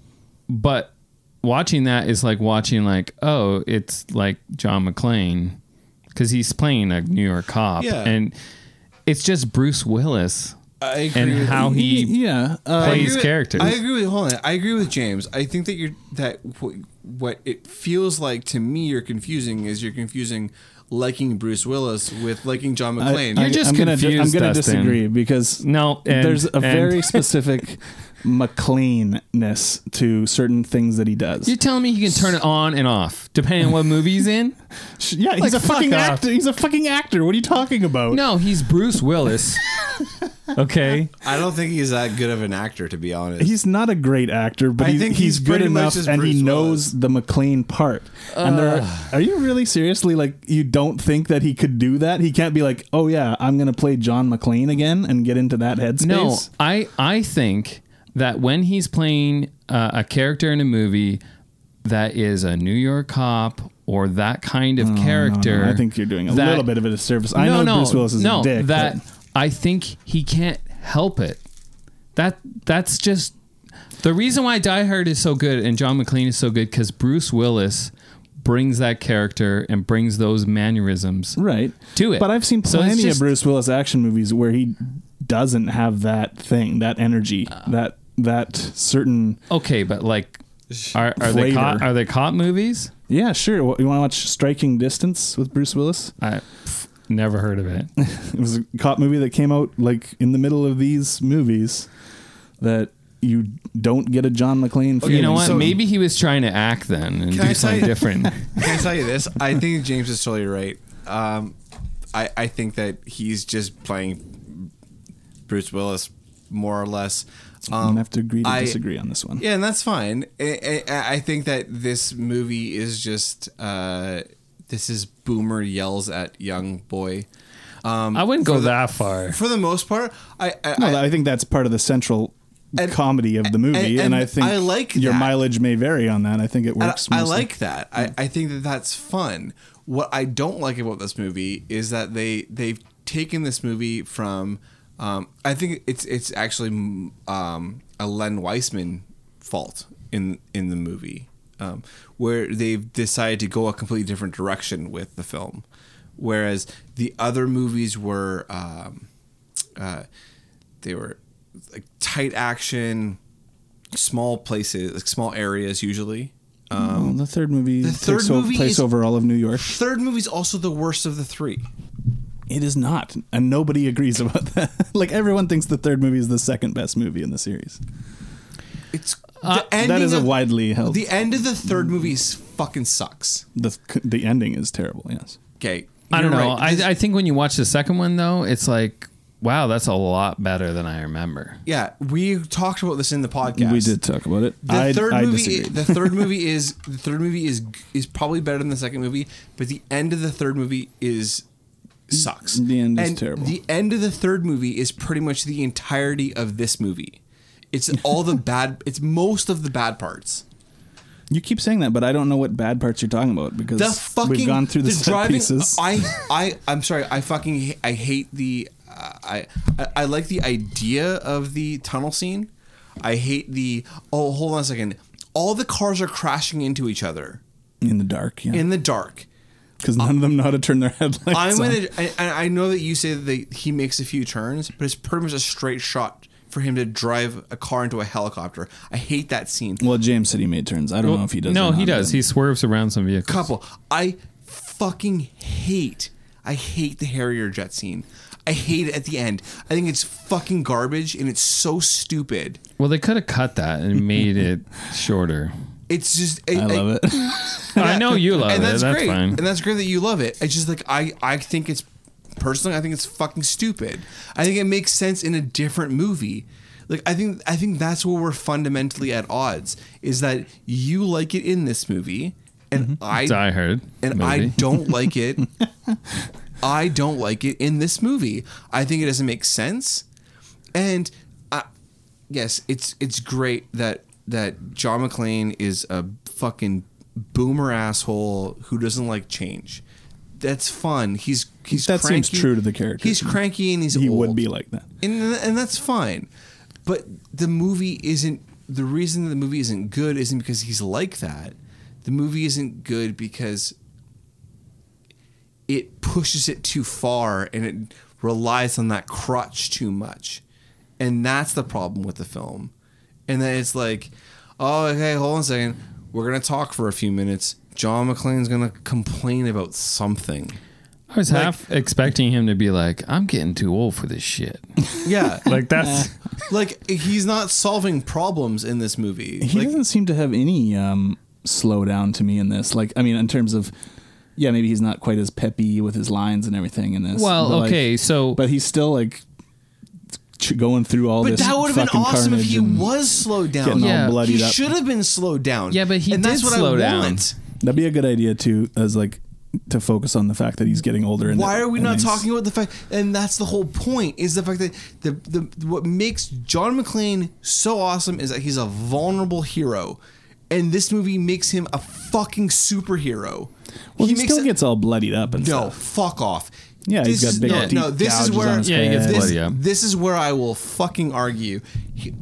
Speaker 3: But watching that is like watching like, oh, it's like John McClane because he's playing a New York cop,
Speaker 1: Yeah.
Speaker 3: and it's just Bruce Willis
Speaker 1: I agree
Speaker 3: and
Speaker 1: with
Speaker 3: how he
Speaker 2: yeah. Uh,
Speaker 1: I agree
Speaker 3: plays
Speaker 1: with-
Speaker 3: characters.
Speaker 1: I agree with hold on. I agree with James. I think that you're that wh- what it feels like to me you're confusing is you're confusing liking Bruce Willis with liking John McClane.
Speaker 3: You're just
Speaker 2: I'm gonna di-
Speaker 3: confused,
Speaker 2: I'm going to
Speaker 3: Dustin.
Speaker 2: disagree because
Speaker 3: No, and-
Speaker 2: there's a <laughs>
Speaker 3: and-
Speaker 2: very specific McLeanness to certain things that he does.
Speaker 3: You're telling me he can turn it on and off depending on what movie he's in?
Speaker 2: Sh- yeah, he's
Speaker 3: Like,
Speaker 2: a
Speaker 3: fuck
Speaker 2: fucking
Speaker 3: off.
Speaker 2: actor. He's a fucking actor. What are you talking about?
Speaker 3: No, he's Bruce Willis.
Speaker 2: <laughs>
Speaker 3: Okay,
Speaker 1: I don't think he's that good of an actor to be honest.
Speaker 2: He's not a great actor, but
Speaker 1: I
Speaker 2: he,
Speaker 1: think
Speaker 2: he's,
Speaker 1: he's
Speaker 2: good
Speaker 1: pretty much
Speaker 2: enough,
Speaker 1: just
Speaker 2: and he
Speaker 1: Bruce
Speaker 2: knows the McLean part. and there are, are you really seriously like you don't think that he could do that? He can't be like, oh yeah, I'm gonna play John McLean again and get into that headspace.
Speaker 3: no, I I think that when he's playing uh, a character in a movie that is a New York cop or that kind
Speaker 2: Oh,
Speaker 3: of character,
Speaker 2: I think you're doing a
Speaker 3: that-
Speaker 2: little bit of a disservice. I know Bruce Willis is
Speaker 3: no,
Speaker 2: a dick.
Speaker 3: That
Speaker 2: but-
Speaker 3: I think he can't help it. That that's just the reason why Die Hard is so good and John McClane is so good because Bruce Willis brings that character and brings those mannerisms.
Speaker 2: right
Speaker 3: to it.
Speaker 2: But I've seen
Speaker 3: So it's
Speaker 2: plenty of
Speaker 3: just-
Speaker 2: Bruce Willis action movies where he doesn't have that thing, that energy,
Speaker 3: Uh.
Speaker 2: that that certain.
Speaker 3: Okay, but like, are are they
Speaker 2: Flavor.
Speaker 3: cop, are they cop movies?
Speaker 2: Yeah, sure. Wha- You want to watch Striking Distance with Bruce Willis?
Speaker 3: I pff, never heard of it.
Speaker 2: It was a cop movie that came out like in the middle of these movies that you don't get a John McClane.
Speaker 3: you know
Speaker 2: feeling.
Speaker 3: what?
Speaker 1: so-
Speaker 3: Maybe he was trying to act then
Speaker 1: Can I
Speaker 3: and do
Speaker 1: tell you-
Speaker 3: something different.
Speaker 1: <laughs> Can I tell you this? I think James is totally right. Um, I I think that he's just playing Bruce Willis more or less.
Speaker 2: I'm
Speaker 1: Um,
Speaker 2: gonna have to agree to
Speaker 1: I-
Speaker 2: disagree on this one.
Speaker 1: Yeah, and that's fine. I, I, I think that this movie is just uh, this is boomer yells at young boy.
Speaker 3: I wouldn't go that far.
Speaker 1: For Um, the most part, I, I,
Speaker 2: No,
Speaker 1: I-
Speaker 2: I think that's part of the central
Speaker 1: And-
Speaker 2: comedy of the movie, and,
Speaker 1: and- and
Speaker 2: I think
Speaker 1: I like
Speaker 2: your
Speaker 1: that.
Speaker 2: mileage may vary on that. I think it
Speaker 1: And
Speaker 2: works.
Speaker 1: I, I
Speaker 2: mostly.
Speaker 1: like that. I, I think that that's fun. What I don't like about this movie is that they they've taken this movie from. Um, I think it's it's actually um, a Len Weissman fault in in the movie, um, where they've decided to go a completely different direction with the film, whereas the other movies were. Um, uh, they were like tight action, small places, like small areas usually.
Speaker 2: Well, Oh, the third movie
Speaker 1: The
Speaker 2: takes
Speaker 1: third
Speaker 2: o-
Speaker 1: movie
Speaker 2: place
Speaker 1: is-
Speaker 2: over all of New York.
Speaker 1: Third movie's also the worst of the three.
Speaker 2: It is not, and nobody agrees about <laughs> that. like everyone thinks the third movie is the second best movie in the series.
Speaker 1: It's the
Speaker 2: Uh, that
Speaker 1: ending
Speaker 2: is a
Speaker 1: of-
Speaker 2: widely held.
Speaker 1: The end of the third movie is fucking sucks.
Speaker 2: the the ending is terrible. Yes.
Speaker 1: Okay,
Speaker 3: I don't
Speaker 1: you're
Speaker 3: know.
Speaker 1: right. This-
Speaker 3: I, I think when you watch the second one though, it's like, wow, that's a lot better than I remember.
Speaker 1: yeah, we talked about this in the podcast.
Speaker 2: We did talk about it.
Speaker 1: The
Speaker 2: I,
Speaker 1: third
Speaker 2: I
Speaker 1: movie,
Speaker 2: disagree.
Speaker 1: the third movie is the third movie is is probably better than the second movie, but the end of the third movie is sucks.
Speaker 2: The end is
Speaker 1: And
Speaker 2: terrible.
Speaker 1: The end of the third movie is pretty much the entirety of this movie. It's all
Speaker 2: <laughs>
Speaker 1: the bad. It's most of the bad parts.
Speaker 2: you keep saying that, but I don't know what bad parts you're talking about because
Speaker 1: The fucking
Speaker 2: we've gone through the,
Speaker 1: the
Speaker 2: set pieces.
Speaker 1: I I I'm sorry. I fucking ha- I hate the uh, I I- I like the idea of the tunnel scene. I hate the oh hold on a second. All the cars are crashing into each other
Speaker 2: in the dark, yeah,
Speaker 1: in the
Speaker 2: <laughs>
Speaker 1: dark.
Speaker 2: because none of them know how to turn their headlights.
Speaker 1: I'm
Speaker 2: on.
Speaker 1: gonna. I, I I know that you say that they, he makes a few turns, but it's pretty much a straight shot for him to drive a car into a helicopter. I hate that scene.
Speaker 2: Well, James said he made turns. I don't know if he does.
Speaker 3: No,
Speaker 2: or
Speaker 3: he
Speaker 2: not,
Speaker 3: does.
Speaker 2: but-
Speaker 3: He swerves around some vehicles.
Speaker 1: Couple. I fucking hate. I hate the Harrier jet scene. I hate it at the end. I think it's fucking garbage and it's so stupid.
Speaker 3: Well, they could have cut
Speaker 1: <laughs>
Speaker 3: that and made it shorter.
Speaker 1: It's just.
Speaker 2: I love it.
Speaker 3: I know you love
Speaker 1: and
Speaker 3: it.
Speaker 1: that's,
Speaker 3: that's
Speaker 1: great.
Speaker 3: fine.
Speaker 1: And that's great that you love it. It's just like I, I think it's personally, I think it's fucking stupid. I think it makes sense in a different movie. Like I think, I think that's where we're fundamentally at odds. Is that you like it in this movie, and
Speaker 3: Mm-hmm.
Speaker 1: I
Speaker 3: Die Hard.
Speaker 1: and I
Speaker 3: movie.
Speaker 1: don't like
Speaker 2: <laughs>
Speaker 1: it. I don't like it in this movie. I think it doesn't make sense. And I, yes, it's it's great that that John McClane is a fucking boomer asshole who doesn't like change. That's fun. He's he's
Speaker 2: That seems
Speaker 1: cranky.
Speaker 2: true to the character.
Speaker 1: He's cranky and he's
Speaker 2: <laughs> he
Speaker 1: old
Speaker 2: would be like that.
Speaker 1: and and that's fine. But the movie isn't the reason the movie isn't good isn't because he's like that. The movie isn't good because it pushes it too far and it relies on that crutch too much. And that's the problem with the film. And then it's like, oh, okay, hold on a second. We're going to talk for a few minutes. John McClane's going to complain about something.
Speaker 3: I was half expecting him to be like, I'm getting too old for this shit.
Speaker 1: Yeah.
Speaker 2: <laughs>
Speaker 1: <laughs>
Speaker 2: Like that's
Speaker 1: like he's not solving problems in this movie.
Speaker 2: he
Speaker 1: Like,
Speaker 2: doesn't seem to have any um, slowdown to me in this. Like, I mean, in terms of, yeah, maybe he's not quite as peppy with his lines and everything in this.
Speaker 3: Well,
Speaker 2: but, like-
Speaker 3: okay, so
Speaker 2: but he's still like ch- going through all
Speaker 1: but
Speaker 2: this.
Speaker 1: that would have been
Speaker 2: fucking
Speaker 1: awesome if
Speaker 2: carnage
Speaker 1: he
Speaker 2: and
Speaker 1: was slowed down.
Speaker 2: getting
Speaker 3: Yeah.
Speaker 2: all bloodied
Speaker 1: He
Speaker 2: up.
Speaker 1: should have been slowed down.
Speaker 3: Yeah, but he
Speaker 1: and that's
Speaker 3: did
Speaker 1: what
Speaker 3: slow
Speaker 1: I
Speaker 3: down.
Speaker 1: want.
Speaker 2: That'd be a good idea too, as like to focus on the fact that he's getting older. And
Speaker 1: Why are we
Speaker 2: and
Speaker 1: not
Speaker 2: he's-
Speaker 1: talking about the fact? And that's the whole point is the fact that the, the what makes John McClane so awesome is that he's a vulnerable hero, and this movie makes him a fucking superhero.
Speaker 2: Well, he,
Speaker 1: makes
Speaker 2: still
Speaker 1: a-
Speaker 2: gets all bloodied up and
Speaker 1: no
Speaker 2: stuff.
Speaker 1: fuck off.
Speaker 2: Yeah, he's got
Speaker 1: is-
Speaker 2: big
Speaker 1: no,
Speaker 2: deep
Speaker 1: no, this is
Speaker 2: gouges
Speaker 1: where
Speaker 2: on his
Speaker 3: Yeah, he gets
Speaker 2: head.
Speaker 1: this,
Speaker 3: bloody up.
Speaker 1: this is where I will fucking argue. He,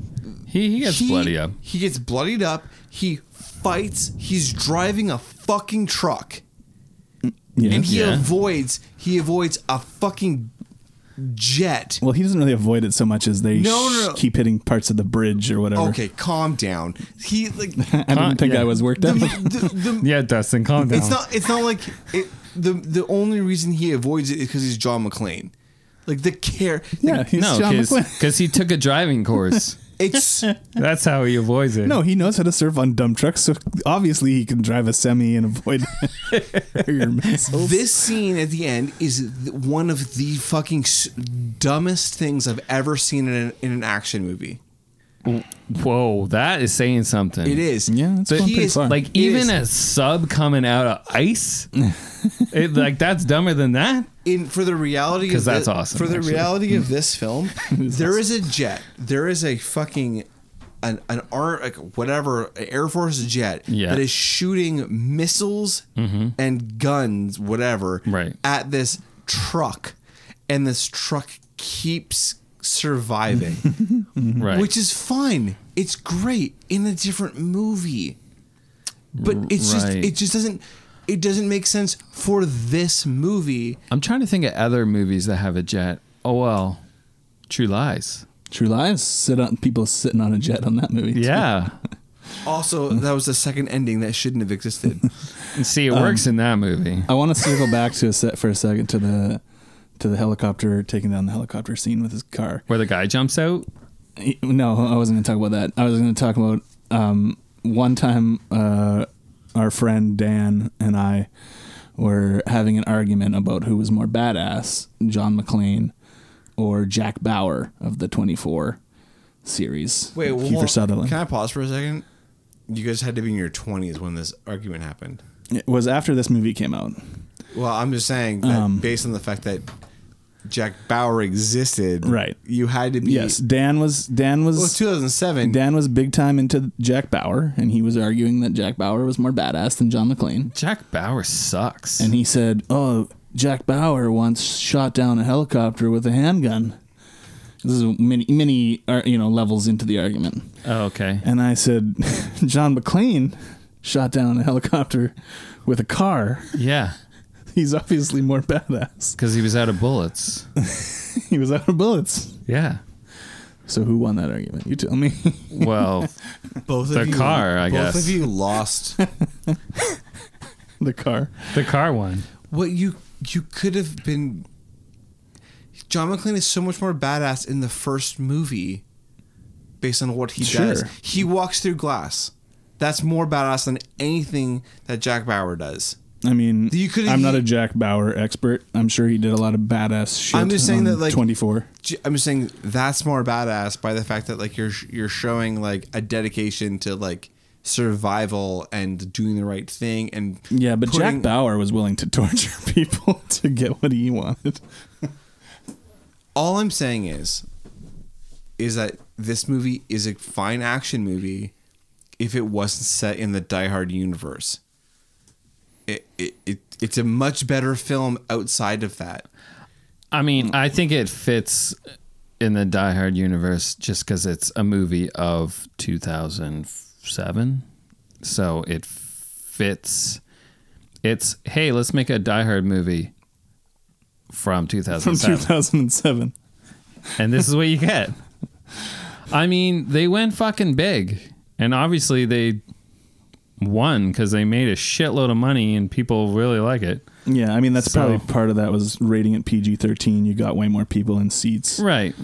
Speaker 3: He, he gets
Speaker 1: he-
Speaker 3: bloody up.
Speaker 1: He gets bloodied up. He fights. He's driving a fucking truck.
Speaker 2: Yeah.
Speaker 1: and he
Speaker 3: Yeah.
Speaker 1: avoids he avoids a fucking jet.
Speaker 2: Well, he doesn't really avoid it so much as they
Speaker 1: No, no,
Speaker 2: sh-
Speaker 1: no.
Speaker 2: keep hitting parts of the bridge or whatever.
Speaker 1: Okay, calm down. He
Speaker 3: <laughs>
Speaker 1: like
Speaker 2: I didn't think I was worked
Speaker 1: the,
Speaker 2: <laughs> up.
Speaker 1: the, the,
Speaker 3: Yeah, Dustin, calm down.
Speaker 1: it's not it's not like it, the the only reason he avoids it is because he's John McClane. Like the care,
Speaker 2: yeah, he's
Speaker 3: no,
Speaker 2: John McClane.
Speaker 3: because he took a
Speaker 1: <laughs>
Speaker 3: driving course. <laughs>
Speaker 1: it's
Speaker 3: That's how he avoids it.
Speaker 2: No, he knows how to surf on dump trucks, so obviously he can drive a semi and avoid <laughs> your missiles.
Speaker 1: this scene at the end is th- one of the fucking s- dumbest things I've ever seen in an, in an action movie.
Speaker 3: Whoa, that is saying something.
Speaker 1: It is,
Speaker 2: Yeah, it's
Speaker 1: But
Speaker 2: gone
Speaker 1: he
Speaker 2: pretty
Speaker 1: is
Speaker 2: far.
Speaker 3: Mm. Like
Speaker 1: It
Speaker 3: even
Speaker 1: is.
Speaker 3: a sub coming out of
Speaker 1: <laughs>
Speaker 3: ice, it, like that's dumber than that.
Speaker 1: in for the reality
Speaker 3: 'Cause
Speaker 1: of thi-
Speaker 3: that's awesome,
Speaker 1: for the
Speaker 3: actually. Mm.
Speaker 1: reality of this
Speaker 3: <laughs>
Speaker 1: film there is a jet there is a fucking an an R like whatever an Air Force jet
Speaker 3: Yeah. Mm-hmm.
Speaker 1: that is shooting missiles and guns whatever
Speaker 3: Right.
Speaker 1: at this truck and this truck keeps
Speaker 3: <laughs>
Speaker 1: surviving
Speaker 3: Right.
Speaker 1: which is fine it's great in a different movie but it's just
Speaker 3: Right.
Speaker 1: it just doesn't it doesn't make sense for this movie
Speaker 3: I'm trying to think of other movies that have a jet. Oh well, True Lies.
Speaker 2: True Lies sit on people sitting on a jet on that movie.
Speaker 3: Yeah.
Speaker 1: Also,
Speaker 3: Mm-hmm.
Speaker 1: that was the second ending that shouldn't have
Speaker 3: <laughs>
Speaker 1: existed.
Speaker 3: <laughs> See, it
Speaker 1: Um,
Speaker 3: works in that movie.
Speaker 1: uh,
Speaker 2: I want to circle back to a set for a second to the to the helicopter taking down the helicopter scene with his car.
Speaker 3: Where the guy jumps out.
Speaker 2: No, I wasn't going to talk about that. I was going to talk about um, one time uh, our friend Dan and I were having an argument about who was more badass, John McClane or Jack Bauer of the 24 series.
Speaker 1: Wait,
Speaker 2: Kiefer
Speaker 1: well,
Speaker 2: Sutherland.
Speaker 1: Can I pause for a second? You guys had to be in your twenties when this argument happened.
Speaker 2: it was after this movie came out.
Speaker 1: Well, I'm just saying that
Speaker 3: Um,
Speaker 1: based on the fact that Jack Bauer existed,
Speaker 2: Right.
Speaker 1: You had to be
Speaker 2: Yes, Dan was Dan was
Speaker 1: Well, it's 2007.
Speaker 2: Dan was big time into Jack Bauer and he was arguing that Jack Bauer was more badass than John McClane.
Speaker 3: Jack Bauer sucks.
Speaker 2: And he said, "Oh, Jack Bauer once shot down a helicopter with a handgun." This is many many uh, you know levels into the argument.
Speaker 3: oh, okay.
Speaker 2: And I said, <laughs> "John McClane shot down a helicopter with a car.
Speaker 3: Yeah,
Speaker 2: He's obviously more badass.
Speaker 3: because he was out
Speaker 1: <laughs>
Speaker 3: of bullets.
Speaker 2: He was out of bullets."
Speaker 3: Yeah.
Speaker 2: So who won that argument? You tell me. <laughs>
Speaker 3: Well,
Speaker 1: both
Speaker 3: the
Speaker 1: of you,
Speaker 3: car, I
Speaker 1: both
Speaker 3: guess.
Speaker 1: of you
Speaker 3: <laughs>
Speaker 1: lost.
Speaker 2: the car.
Speaker 3: the car one.
Speaker 1: what you you could have been. John McClane is so much more badass in the first movie, based on what he does.
Speaker 2: Sure.
Speaker 1: He walks through glass. That's more badass than anything that Jack Bauer does.
Speaker 2: I mean,
Speaker 1: You could've-
Speaker 2: I'm not a Jack Bauer expert. I'm sure he did a lot of badass shit.
Speaker 1: I'm just saying
Speaker 2: on
Speaker 1: that, like-
Speaker 2: 24.
Speaker 1: J- I'm just saying that's more badass by the fact that like you're you're showing like a dedication to like survival and doing the right thing and
Speaker 2: Yeah, but
Speaker 1: putting-
Speaker 2: Jack Bauer was willing to <laughs> torture people <laughs> to get what he wanted.
Speaker 1: all I'm saying is is that this movie is a fine action movie if it wasn't set in the Die Hard universe. It, it, it it's a much better film outside of that.
Speaker 3: I mean, I think it fits in the Die Hard universe just because it's a movie of 2007. So it fits. It's, hey, let's make a Die Hard movie
Speaker 2: from
Speaker 3: from 2007.
Speaker 2: 2007.
Speaker 3: and this is what you get. I mean, they went fucking big, and obviously they won because they made a shitload of money and people really like it.
Speaker 2: Yeah, I mean that's
Speaker 3: So-
Speaker 2: probably part of that was rating it PG thirteen. You got way more people in seats.
Speaker 3: Right.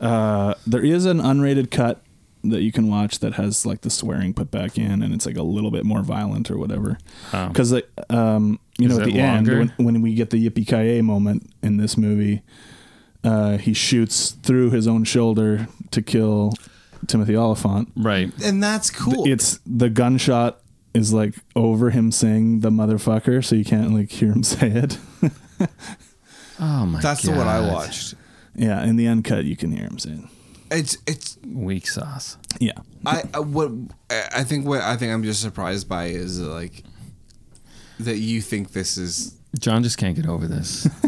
Speaker 2: Uh, there is an unrated cut that you can watch that has like the swearing put back in, and it's like a little bit more violent or whatever.
Speaker 3: Oh.
Speaker 2: Because like um, you
Speaker 3: Is
Speaker 2: know at
Speaker 3: it
Speaker 2: the end
Speaker 3: longer?
Speaker 2: when, when we get the yippee ki moment in this movie, uh, he shoots through his own shoulder to kill Timothy Oliphant.
Speaker 3: Right.
Speaker 1: and that's cool.
Speaker 2: It's the gunshot is like over him saying the motherfucker, so you can't like hear him <laughs> say it.
Speaker 3: Oh my
Speaker 1: that's
Speaker 3: god.
Speaker 1: the one I watched.
Speaker 2: Yeah, in the uncut, you can hear him saying,
Speaker 1: It's it's
Speaker 3: Weak sauce.
Speaker 2: "Yeah,
Speaker 1: I, I what I I think what I think I'm just surprised by is like that you think this is
Speaker 3: John just can't get over this. <laughs>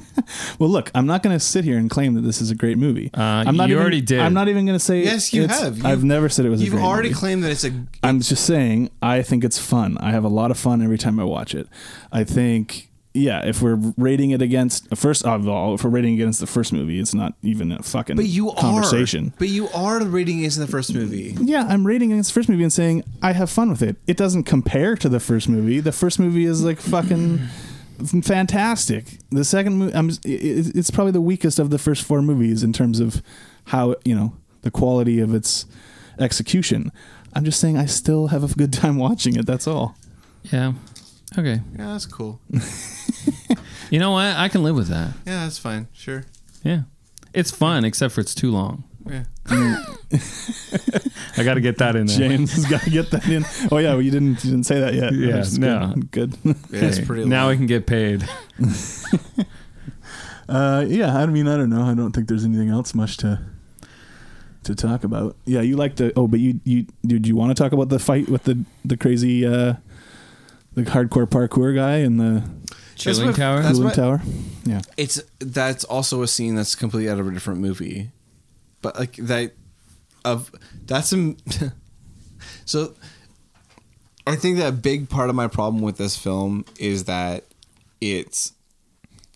Speaker 2: Well, look, I'm not going to sit here and claim that this is a great movie.
Speaker 3: Uh,
Speaker 2: I'm not
Speaker 3: you
Speaker 2: even,
Speaker 3: already did.
Speaker 2: I'm not even going to say
Speaker 1: yes you
Speaker 2: it's-
Speaker 1: have.
Speaker 2: I've
Speaker 1: You've-
Speaker 2: never said it was.
Speaker 1: You've
Speaker 2: a great
Speaker 1: already
Speaker 2: Movie.
Speaker 1: claimed that it's a
Speaker 2: I'm just saying I think it's fun. I have a lot of fun every time I watch it. I think yeah, if we're rating it against first of all, if we're rating against the first movie, it's not even a fucking
Speaker 1: but you
Speaker 2: conversation.
Speaker 1: are but you are rating is in the first movie.
Speaker 2: Yeah, I'm rating against the first movie and saying I have fun with it. It doesn't compare to the first movie. The first movie is like
Speaker 3: <clears throat>
Speaker 2: fucking fantastic. The second movie, I'm, it- it- it's probably the weakest of the first four movies in terms of how you know the quality of its execution. I'm just saying I still have a good time watching it. That's all.
Speaker 3: Yeah. Okay.
Speaker 1: Yeah, that's <laughs> cool.
Speaker 3: You know what? I can live with that.
Speaker 1: Yeah, that's fine. Sure.
Speaker 3: Yeah. It's fun, except for it's too long.
Speaker 1: Yeah.
Speaker 3: I got to get that in there.
Speaker 2: James has got to get that in. Oh yeah, well, you didn't you didn't say that yet.
Speaker 3: Yeah,
Speaker 2: That's
Speaker 3: no.
Speaker 2: good. good. <laughs>
Speaker 1: Yeah, it's
Speaker 3: <laughs> Okay,
Speaker 1: pretty.
Speaker 3: now
Speaker 1: long.
Speaker 3: I can get paid.
Speaker 2: Uh, yeah, I mean, I don't know. I don't think there's anything else much to to talk about. Yeah, you like the oh, but you you dude, you want to talk about the fight with the the crazy uh the hardcore parkour guy in the
Speaker 3: Chilling
Speaker 1: what-
Speaker 3: tower.
Speaker 1: that's-
Speaker 2: cooling
Speaker 1: what-
Speaker 2: tower? Yeah,
Speaker 1: it's that's also a scene that's completely out of a different movie but like that of that's some <laughs> so i think that a big part of my problem with this film is that it's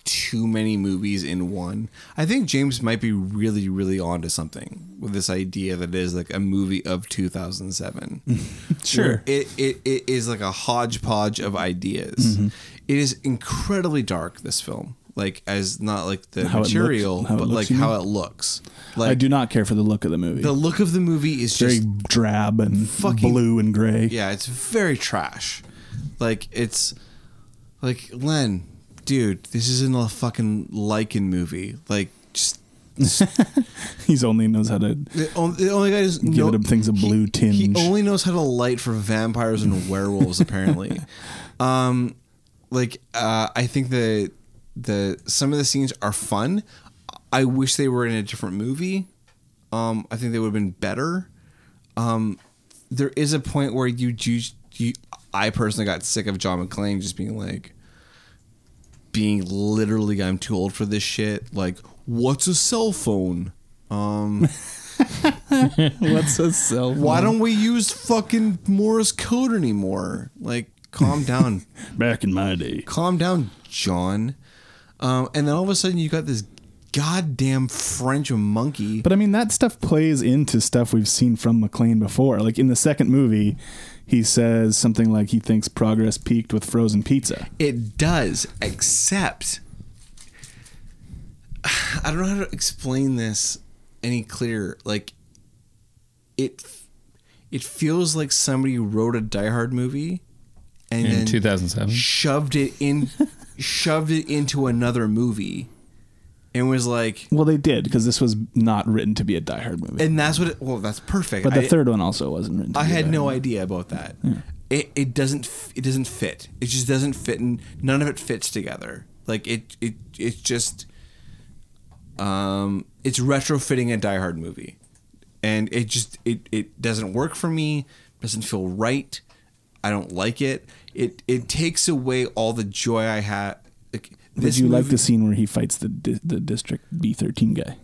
Speaker 1: too many movies in one i think james might be really really onto something with this idea that it is like a movie of 2007
Speaker 2: <laughs> sure.
Speaker 1: it, it, it is like a hodgepodge of ideas.
Speaker 2: Mm-hmm.
Speaker 1: It is incredibly dark. This film, like as not like the
Speaker 2: How it looks-
Speaker 1: material,
Speaker 2: how it
Speaker 1: but
Speaker 2: looks,
Speaker 1: like
Speaker 2: you
Speaker 1: how
Speaker 2: mean?
Speaker 1: it looks.
Speaker 2: I
Speaker 1: Like
Speaker 2: do not care for the look of the movie.
Speaker 1: the look of the movie is
Speaker 2: it's very
Speaker 1: just
Speaker 2: drab and
Speaker 1: fucking-
Speaker 2: blue and gray.
Speaker 1: yeah, it's very trash. Like it's like Len, dude, this isn't a fucking Lycan movie. Like just
Speaker 2: <laughs> He's only knows how to.
Speaker 1: The only, the only guy who's
Speaker 2: Give it a- things a blue
Speaker 1: he, He
Speaker 2: tinge.
Speaker 1: only knows how to light for vampires and
Speaker 2: <laughs>
Speaker 1: werewolves, apparently. Um, like uh, I think the the some of the scenes are fun. I wish they were in a different movie. Um, I think they would have been better. Um, there is a point where you do. You, I personally got sick of John McClane just being like, being literally, I'm too old for this shit. Like, what's a cell phone? Um.
Speaker 2: What's a <laughs> cell?
Speaker 1: Why don't we use fucking Morse code anymore? Like, calm down,
Speaker 2: Back in my day,
Speaker 1: calm down, John. Um, and then all of a sudden, you got this goddamn French monkey.
Speaker 2: But I mean, that stuff plays into stuff we've seen from McLean before. Like in the second movie, he says something like he thinks progress peaked with frozen pizza.
Speaker 1: It does, except <sighs> I don't know how to explain this any clearer. Like, it it feels like somebody wrote a Die Hard movie and
Speaker 3: In
Speaker 1: then
Speaker 3: 2007?
Speaker 1: shoved it in shoved it into another movie and was like
Speaker 2: Well, they did because this was not written to be a Die Hard movie.
Speaker 1: and that's what it well that's perfect
Speaker 2: but the
Speaker 1: I,
Speaker 2: third one also wasn't written. To
Speaker 1: I
Speaker 2: be a
Speaker 1: had
Speaker 2: Die
Speaker 1: no
Speaker 2: Hard
Speaker 1: idea about that it, it doesn't f- it doesn't fit it just doesn't fit and none of it fits together like it it it's just um it's retrofitting a Die Hard movie and it just it it doesn't work for me doesn't feel right I don't like it it it takes away all the joy I had like,
Speaker 2: movie. Did you like the scene where he fights the di- the District B thirteen guy?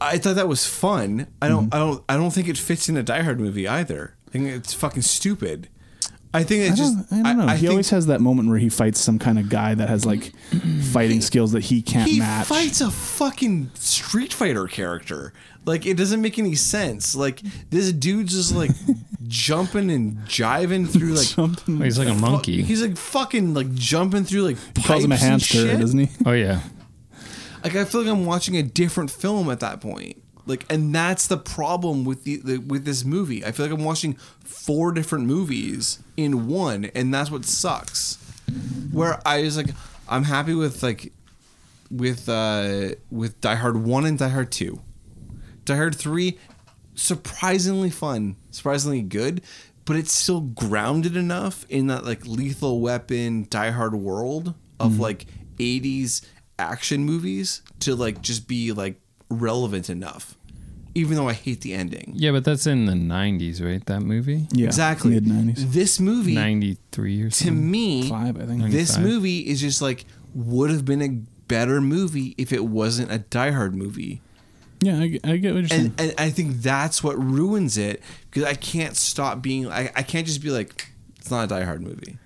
Speaker 1: I thought that was
Speaker 2: Mm-hmm.
Speaker 1: fun. I don't. I don't. I don't think it fits in a Die Hard movie either. I think it's fucking stupid. I think it's
Speaker 2: I
Speaker 1: just.
Speaker 2: don't, I don't know.
Speaker 1: I
Speaker 2: he
Speaker 1: think
Speaker 2: always has that moment where he fights some kind of guy that
Speaker 1: <clears throat>
Speaker 2: has like fighting skills that he can't
Speaker 1: he
Speaker 2: match.
Speaker 1: fights a fucking Street Fighter character. Like it doesn't make any sense. Like this dude's just
Speaker 2: <laughs>
Speaker 1: like jumping and jiving through like
Speaker 2: Something.
Speaker 3: He's like a
Speaker 1: fu-
Speaker 3: monkey.
Speaker 1: He's like fucking like jumping through like pipes
Speaker 2: He calls him a hamster, doesn't he? <laughs>
Speaker 3: oh yeah.
Speaker 1: Like I feel like I'm watching a different film at that point. Like and that's the problem with the, the with this movie. I feel like I'm watching four different movies in one, and that's what sucks. Where I was like, I'm happy with like with uh with Die Hard one and Die Hard two. Die Hard three, surprisingly fun, surprisingly good, but it's still grounded enough in that like Lethal Weapon, Die Hard world of
Speaker 2: Mm-hmm.
Speaker 1: like '80s action movies to like just be like relevant enough, even though I hate the ending.
Speaker 3: Yeah, but that's in the 90s, right? That movie?
Speaker 2: Yeah,
Speaker 1: exactly.
Speaker 2: Mid nineties.
Speaker 1: This movie
Speaker 3: 93 or
Speaker 1: to
Speaker 3: something.
Speaker 1: me,
Speaker 2: Five, I think.
Speaker 1: this
Speaker 3: 95.
Speaker 1: movie is just like would have been a better movie if it wasn't a Die Hard movie.
Speaker 2: Yeah, I, get- I get what you're saying.
Speaker 1: and, and I think that's what ruins it because I can't stop being I, I can't just be like it's not a Die Hard movie.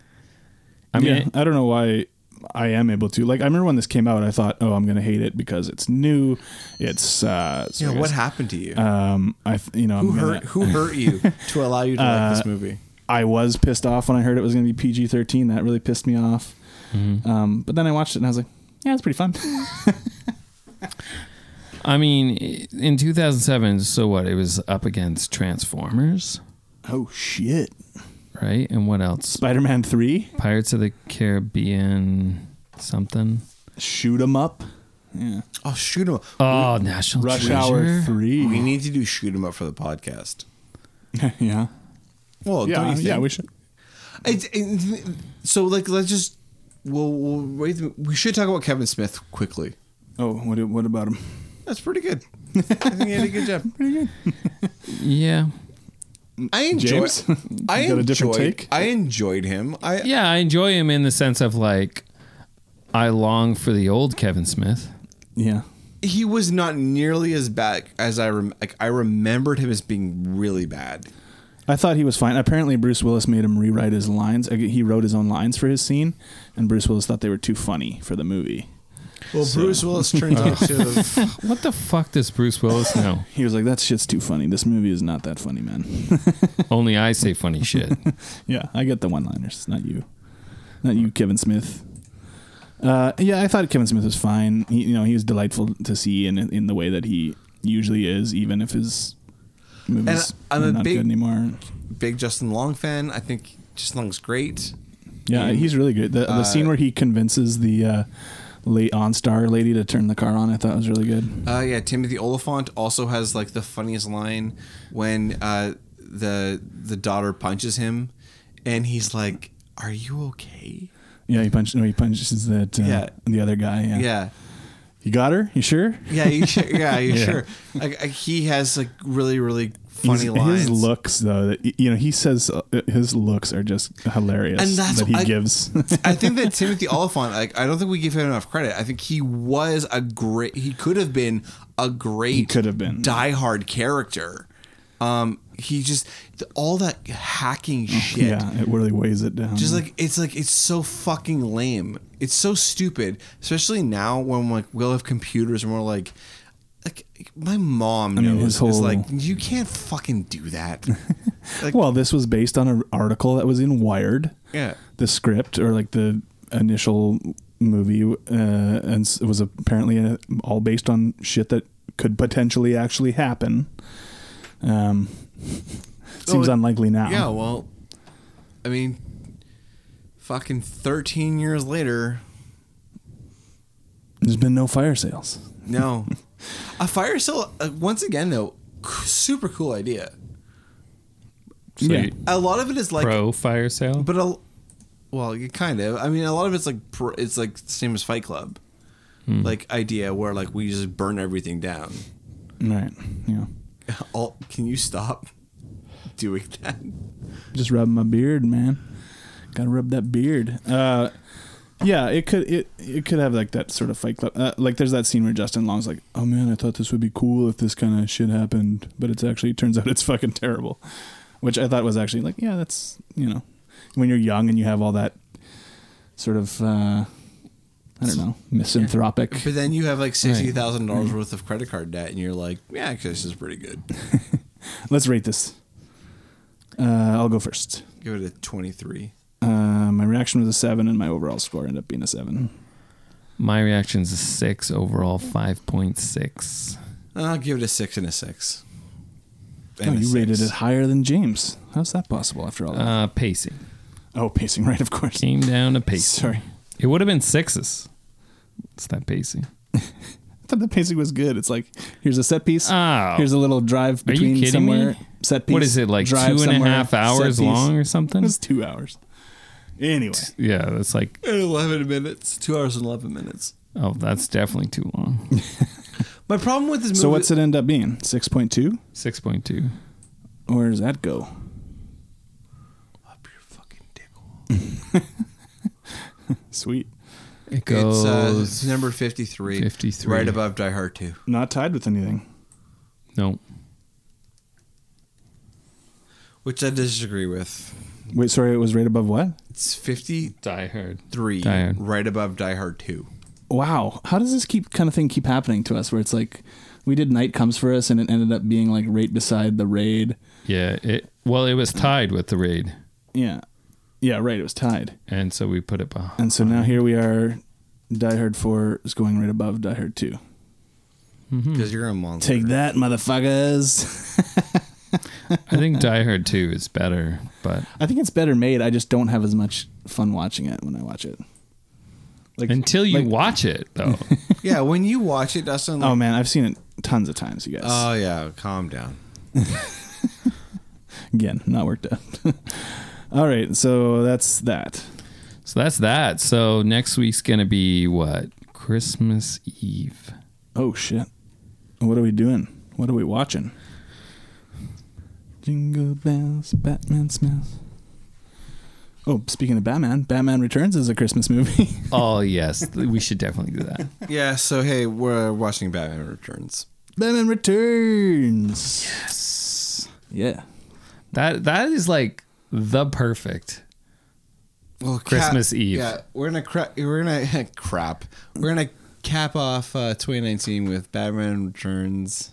Speaker 3: I mean,
Speaker 2: yeah, I don't know why I am able to. Like, I remember when this came out, I thought, oh, I'm gonna hate it because it's new. It's uh,
Speaker 1: Yeah, what
Speaker 2: serious.
Speaker 1: happened to you?
Speaker 2: Um, I th- you know
Speaker 1: who
Speaker 2: I'm gonna- Uh,
Speaker 1: hurt Who hurt
Speaker 2: <laughs>
Speaker 1: you to allow you to like this movie?
Speaker 2: I was pissed off when I heard it was going to be PG 13. That really pissed me off.
Speaker 1: Mm-hmm.
Speaker 2: Um, but then I watched it and I was like, yeah, it's
Speaker 1: <laughs>
Speaker 2: pretty fun.
Speaker 3: I mean, in 2007, so what? It was up against Transformers,
Speaker 2: oh, shit.
Speaker 3: right? And what else?
Speaker 2: Spider Man 3,
Speaker 3: Pirates of the Caribbean, something.
Speaker 2: shoot 'em up. Yeah.
Speaker 1: Oh, shoot 'em up.
Speaker 3: Oh, National
Speaker 2: Rush
Speaker 3: Treasure.
Speaker 2: Hour
Speaker 1: We
Speaker 2: 3.
Speaker 1: need to do shoot 'em up for the podcast.
Speaker 2: <laughs> yeah.
Speaker 1: Well,
Speaker 2: Yeah,
Speaker 1: Oh, don't you think?
Speaker 2: yeah, we should.
Speaker 1: It's, it's- so like let's just we'll, we'll wait. We should talk about Kevin Smith quickly.
Speaker 2: Oh, what, what about him?
Speaker 1: That's pretty <laughs> good. I think he had a good job.
Speaker 3: Yeah.
Speaker 1: I enjoy. <laughs>
Speaker 2: James?
Speaker 1: I
Speaker 2: You got a different
Speaker 1: enjoyed-
Speaker 2: take?
Speaker 1: I enjoyed him. I
Speaker 3: Yeah, I enjoy him in the sense of like, I long for the old Kevin Smith.
Speaker 2: Yeah.
Speaker 1: he was not nearly as bad as I rem- like. I remembered him as being really bad.
Speaker 2: I thought he was fine. Apparently, Bruce Willis made him rewrite his lines. Ag- He wrote his own lines for his scene, and Bruce Willis thought they were too funny for the movie.
Speaker 1: Well, Bruce <laughs> Willis turns out to.
Speaker 3: What the fuck does Bruce
Speaker 1: <laughs>
Speaker 3: Willis know?
Speaker 2: He was like, that shit's too funny. This movie is not that funny, man.
Speaker 3: Only I say
Speaker 1: <laughs>
Speaker 3: funny shit.
Speaker 2: Yeah, I get the one liners, not you. Not you, Kevin Smith. Uh, yeah, I thought Kevin Smith was fine. He, you know, he was delightful to see in in the way that he usually is, even if his movies
Speaker 1: uh, I'm
Speaker 2: are
Speaker 1: a
Speaker 2: not
Speaker 1: big-
Speaker 2: good anymore.
Speaker 1: Big Justin Long fan. I think Justin Long's great.
Speaker 2: Yeah, he's really good. The,
Speaker 1: uh,
Speaker 2: the scene where he convinces the uh, late OnStar lady to turn the car on, I thought was really good.
Speaker 1: Uh, yeah, Timothy Oliphant also has like the funniest line when uh, the the daughter punches him, and he's like, "Are you okay?"
Speaker 2: Yeah, he punches. No, he punches that. Uh,
Speaker 1: Yeah.
Speaker 2: the other guy. Yeah.
Speaker 1: Yeah.
Speaker 2: you got her. You sure?
Speaker 1: Yeah, you sure,
Speaker 2: <laughs>
Speaker 1: yeah, you
Speaker 2: Yeah.
Speaker 1: sure. Like, uh, he has like really, really funny
Speaker 2: He's-
Speaker 1: lines.
Speaker 2: His looks, though, that, you know, he says uh, his looks are just hilarious.
Speaker 1: And that's
Speaker 2: that he
Speaker 1: what I-
Speaker 2: gives.
Speaker 1: I think that Timothy Oliphant, like, I don't think we give him enough credit. I think he was a great. He could have been a great. He
Speaker 2: could have been.
Speaker 1: diehard character. Um, he just th- all that hacking <laughs> shit.
Speaker 2: Mm, Yeah, Mm. it really weighs it down.
Speaker 1: Just like it's like it's so fucking lame. It's so stupid, especially now when like we'll have computers and we're like, like my mom knows.
Speaker 2: mean, his
Speaker 1: is
Speaker 2: whole-
Speaker 1: like you can't fucking do that.
Speaker 2: <laughs>
Speaker 1: like,
Speaker 2: well, this was based on an article that was in Wired.
Speaker 1: Yeah.
Speaker 2: the script or like the initial movie, uh, and s- it was apparently uh, all based on shit that could potentially actually happen. Um, <laughs> seems
Speaker 1: Oh, it-
Speaker 2: unlikely now.
Speaker 1: Yeah, well, I mean, fucking 13 years later,
Speaker 2: There's been no fire sales.
Speaker 1: no. a fire sale, uh, once again, though, c- super cool idea.
Speaker 3: So
Speaker 2: Yeah.
Speaker 3: you-
Speaker 1: A lot of it is like,
Speaker 3: pro fire sale.
Speaker 1: but a, well, you kind of. I mean, a lot of it's like, pr- it's like the same as Fight Club. Like idea where like we just burn everything down. <laughs>
Speaker 2: Right. Yeah.
Speaker 1: All can you stop <laughs> doing that?
Speaker 2: Just rubbing my beard, man. Gotta rub that beard. Uh, yeah, it could it it could have like that sort of fight club. Uh, like there's that scene where Justin Long's like, "Oh man, I thought this would be cool if this kind of shit <laughs> happened, but it's actually turns out it's fucking terrible," which I thought was actually like, yeah, that's you know, when you're young and you have all that sort of uh, I don't know misanthropic.
Speaker 1: But then you have like sixty thousand dollars worth of credit card debt, and you're like, yeah, actually, this is pretty good.
Speaker 2: Let's rate this. Uh, I'll go first.
Speaker 1: Give it a twenty-three.
Speaker 2: Uh, my reaction was a seven, and my overall score ended up being a seven.
Speaker 3: My reaction's a six overall, five point six.
Speaker 1: I'll give it a six and a six.
Speaker 2: Oh,
Speaker 1: And a
Speaker 2: you rated
Speaker 1: six.
Speaker 2: it higher than James. How's that possible after all that?
Speaker 3: Uh, pacing
Speaker 2: oh, pacing, <laughs> right? Of course.
Speaker 3: came down to pacing.
Speaker 2: Sorry,
Speaker 3: It would have been sixes. It's that pacing.
Speaker 2: I thought the pacing was good. It's like here's a set piece.
Speaker 3: Oh.
Speaker 2: here's a little drive
Speaker 3: Are you
Speaker 2: between
Speaker 3: kidding
Speaker 2: somewhere.
Speaker 3: me?
Speaker 2: Set piece.
Speaker 3: What is it like two and a half
Speaker 2: somewhere,
Speaker 3: hours
Speaker 2: set piece.
Speaker 3: long or something?
Speaker 2: It was two hours. Anyway,
Speaker 3: Yeah, that's like
Speaker 1: Eleven minutes, two hours and eleven minutes.
Speaker 3: oh, that's definitely too
Speaker 1: <laughs>
Speaker 3: long.
Speaker 1: My problem with this movie.
Speaker 2: so what's it end up being? Six point two.
Speaker 3: Six point two.
Speaker 2: Where does that go?
Speaker 1: Up your fucking dick hole.
Speaker 2: Sweet.
Speaker 3: It
Speaker 1: It's,
Speaker 3: goes.
Speaker 1: uh, it's number 53,
Speaker 3: 53.
Speaker 1: right above Die Hard 2.
Speaker 2: Not tied with anything.
Speaker 3: no,
Speaker 1: which I disagree with.
Speaker 2: Wait, sorry, it was right above what?
Speaker 1: It's 53,
Speaker 3: Die Hard. Die Hard.
Speaker 1: right above Die Hard 2.
Speaker 2: Wow. How does this keep kind of thing keep happening to us? Where it's like we did Night Comes for Us, and it ended up being like right beside the raid.
Speaker 3: Yeah. It well, it was tied with the raid,
Speaker 2: Yeah, yeah, right. It was tied.
Speaker 3: and so we put it behind.
Speaker 2: And so now here we are. Die Hard 4 is going right above Die Hard 2.
Speaker 1: Because you're a monster.
Speaker 2: Hmm. Take that, motherfuckers. <laughs>
Speaker 3: I think Die Hard Two is better, but
Speaker 2: I think it's better made. I just don't have as much fun watching it when I watch it. Like
Speaker 3: until you
Speaker 2: like-
Speaker 3: watch it, <laughs> though,
Speaker 1: <laughs> Yeah, when you watch it, Dustin.
Speaker 2: Oh
Speaker 1: Like,
Speaker 2: man, I've seen it tons of times, you guys.
Speaker 3: Uh,
Speaker 1: oh, yeah, calm down.
Speaker 2: Again, not worked up. <laughs> All right, so that's that.
Speaker 3: so that's that. So next week's gonna be what? Christmas Eve.
Speaker 2: Oh shit. What are we doing? What are we watching? Jingle bells, Batman smells. Oh, speaking of Batman, Batman Returns is a Christmas movie. <laughs>
Speaker 3: Oh yes, we should definitely do that.
Speaker 1: Yeah, so hey, we're watching Batman Returns.
Speaker 2: Batman Returns. Yeah.
Speaker 3: That that is like the perfect.
Speaker 1: Well,
Speaker 3: Christmas Eve.
Speaker 1: Yeah, we're gonna crap. We're gonna <laughs> crap. We're gonna cap off uh, 2019 with Batman Returns.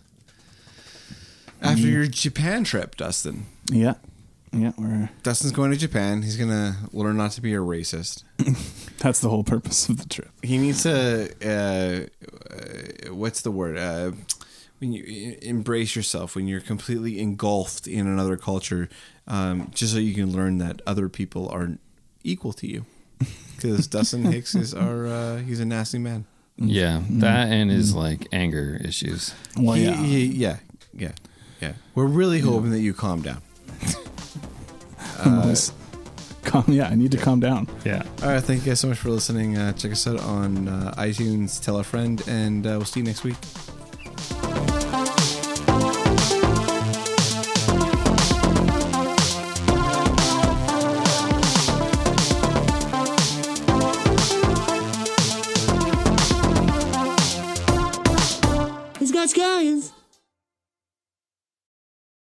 Speaker 1: After
Speaker 3: Mm.
Speaker 1: your Japan trip, Dustin.
Speaker 2: Yeah. Yeah, we're
Speaker 1: Dustin's going to Japan. He's gonna learn not to be a racist.
Speaker 2: that's the whole purpose of the trip.
Speaker 1: He needs to. Uh, uh, what's the word? Uh, when you e- embrace yourself, when you're completely engulfed in another culture, um, just so you can learn that other people are equal to
Speaker 2: <laughs>
Speaker 1: you. Because Dustin Hicks is our. Uh, he's a nasty man.
Speaker 3: Yeah, that and his like anger issues.
Speaker 2: Well,
Speaker 1: He-
Speaker 2: yeah.
Speaker 1: he- yeah. Yeah. Yeah. We're really hoping that you calm down.
Speaker 2: Otherwise- <laughs> calm, yeah, I need to calm down.
Speaker 3: Yeah.
Speaker 1: All right. Thank you guys so much for listening. Uh, check us out on uh, iTunes. Tell a friend, and uh, we'll see you next week.
Speaker 9: He's got scallions.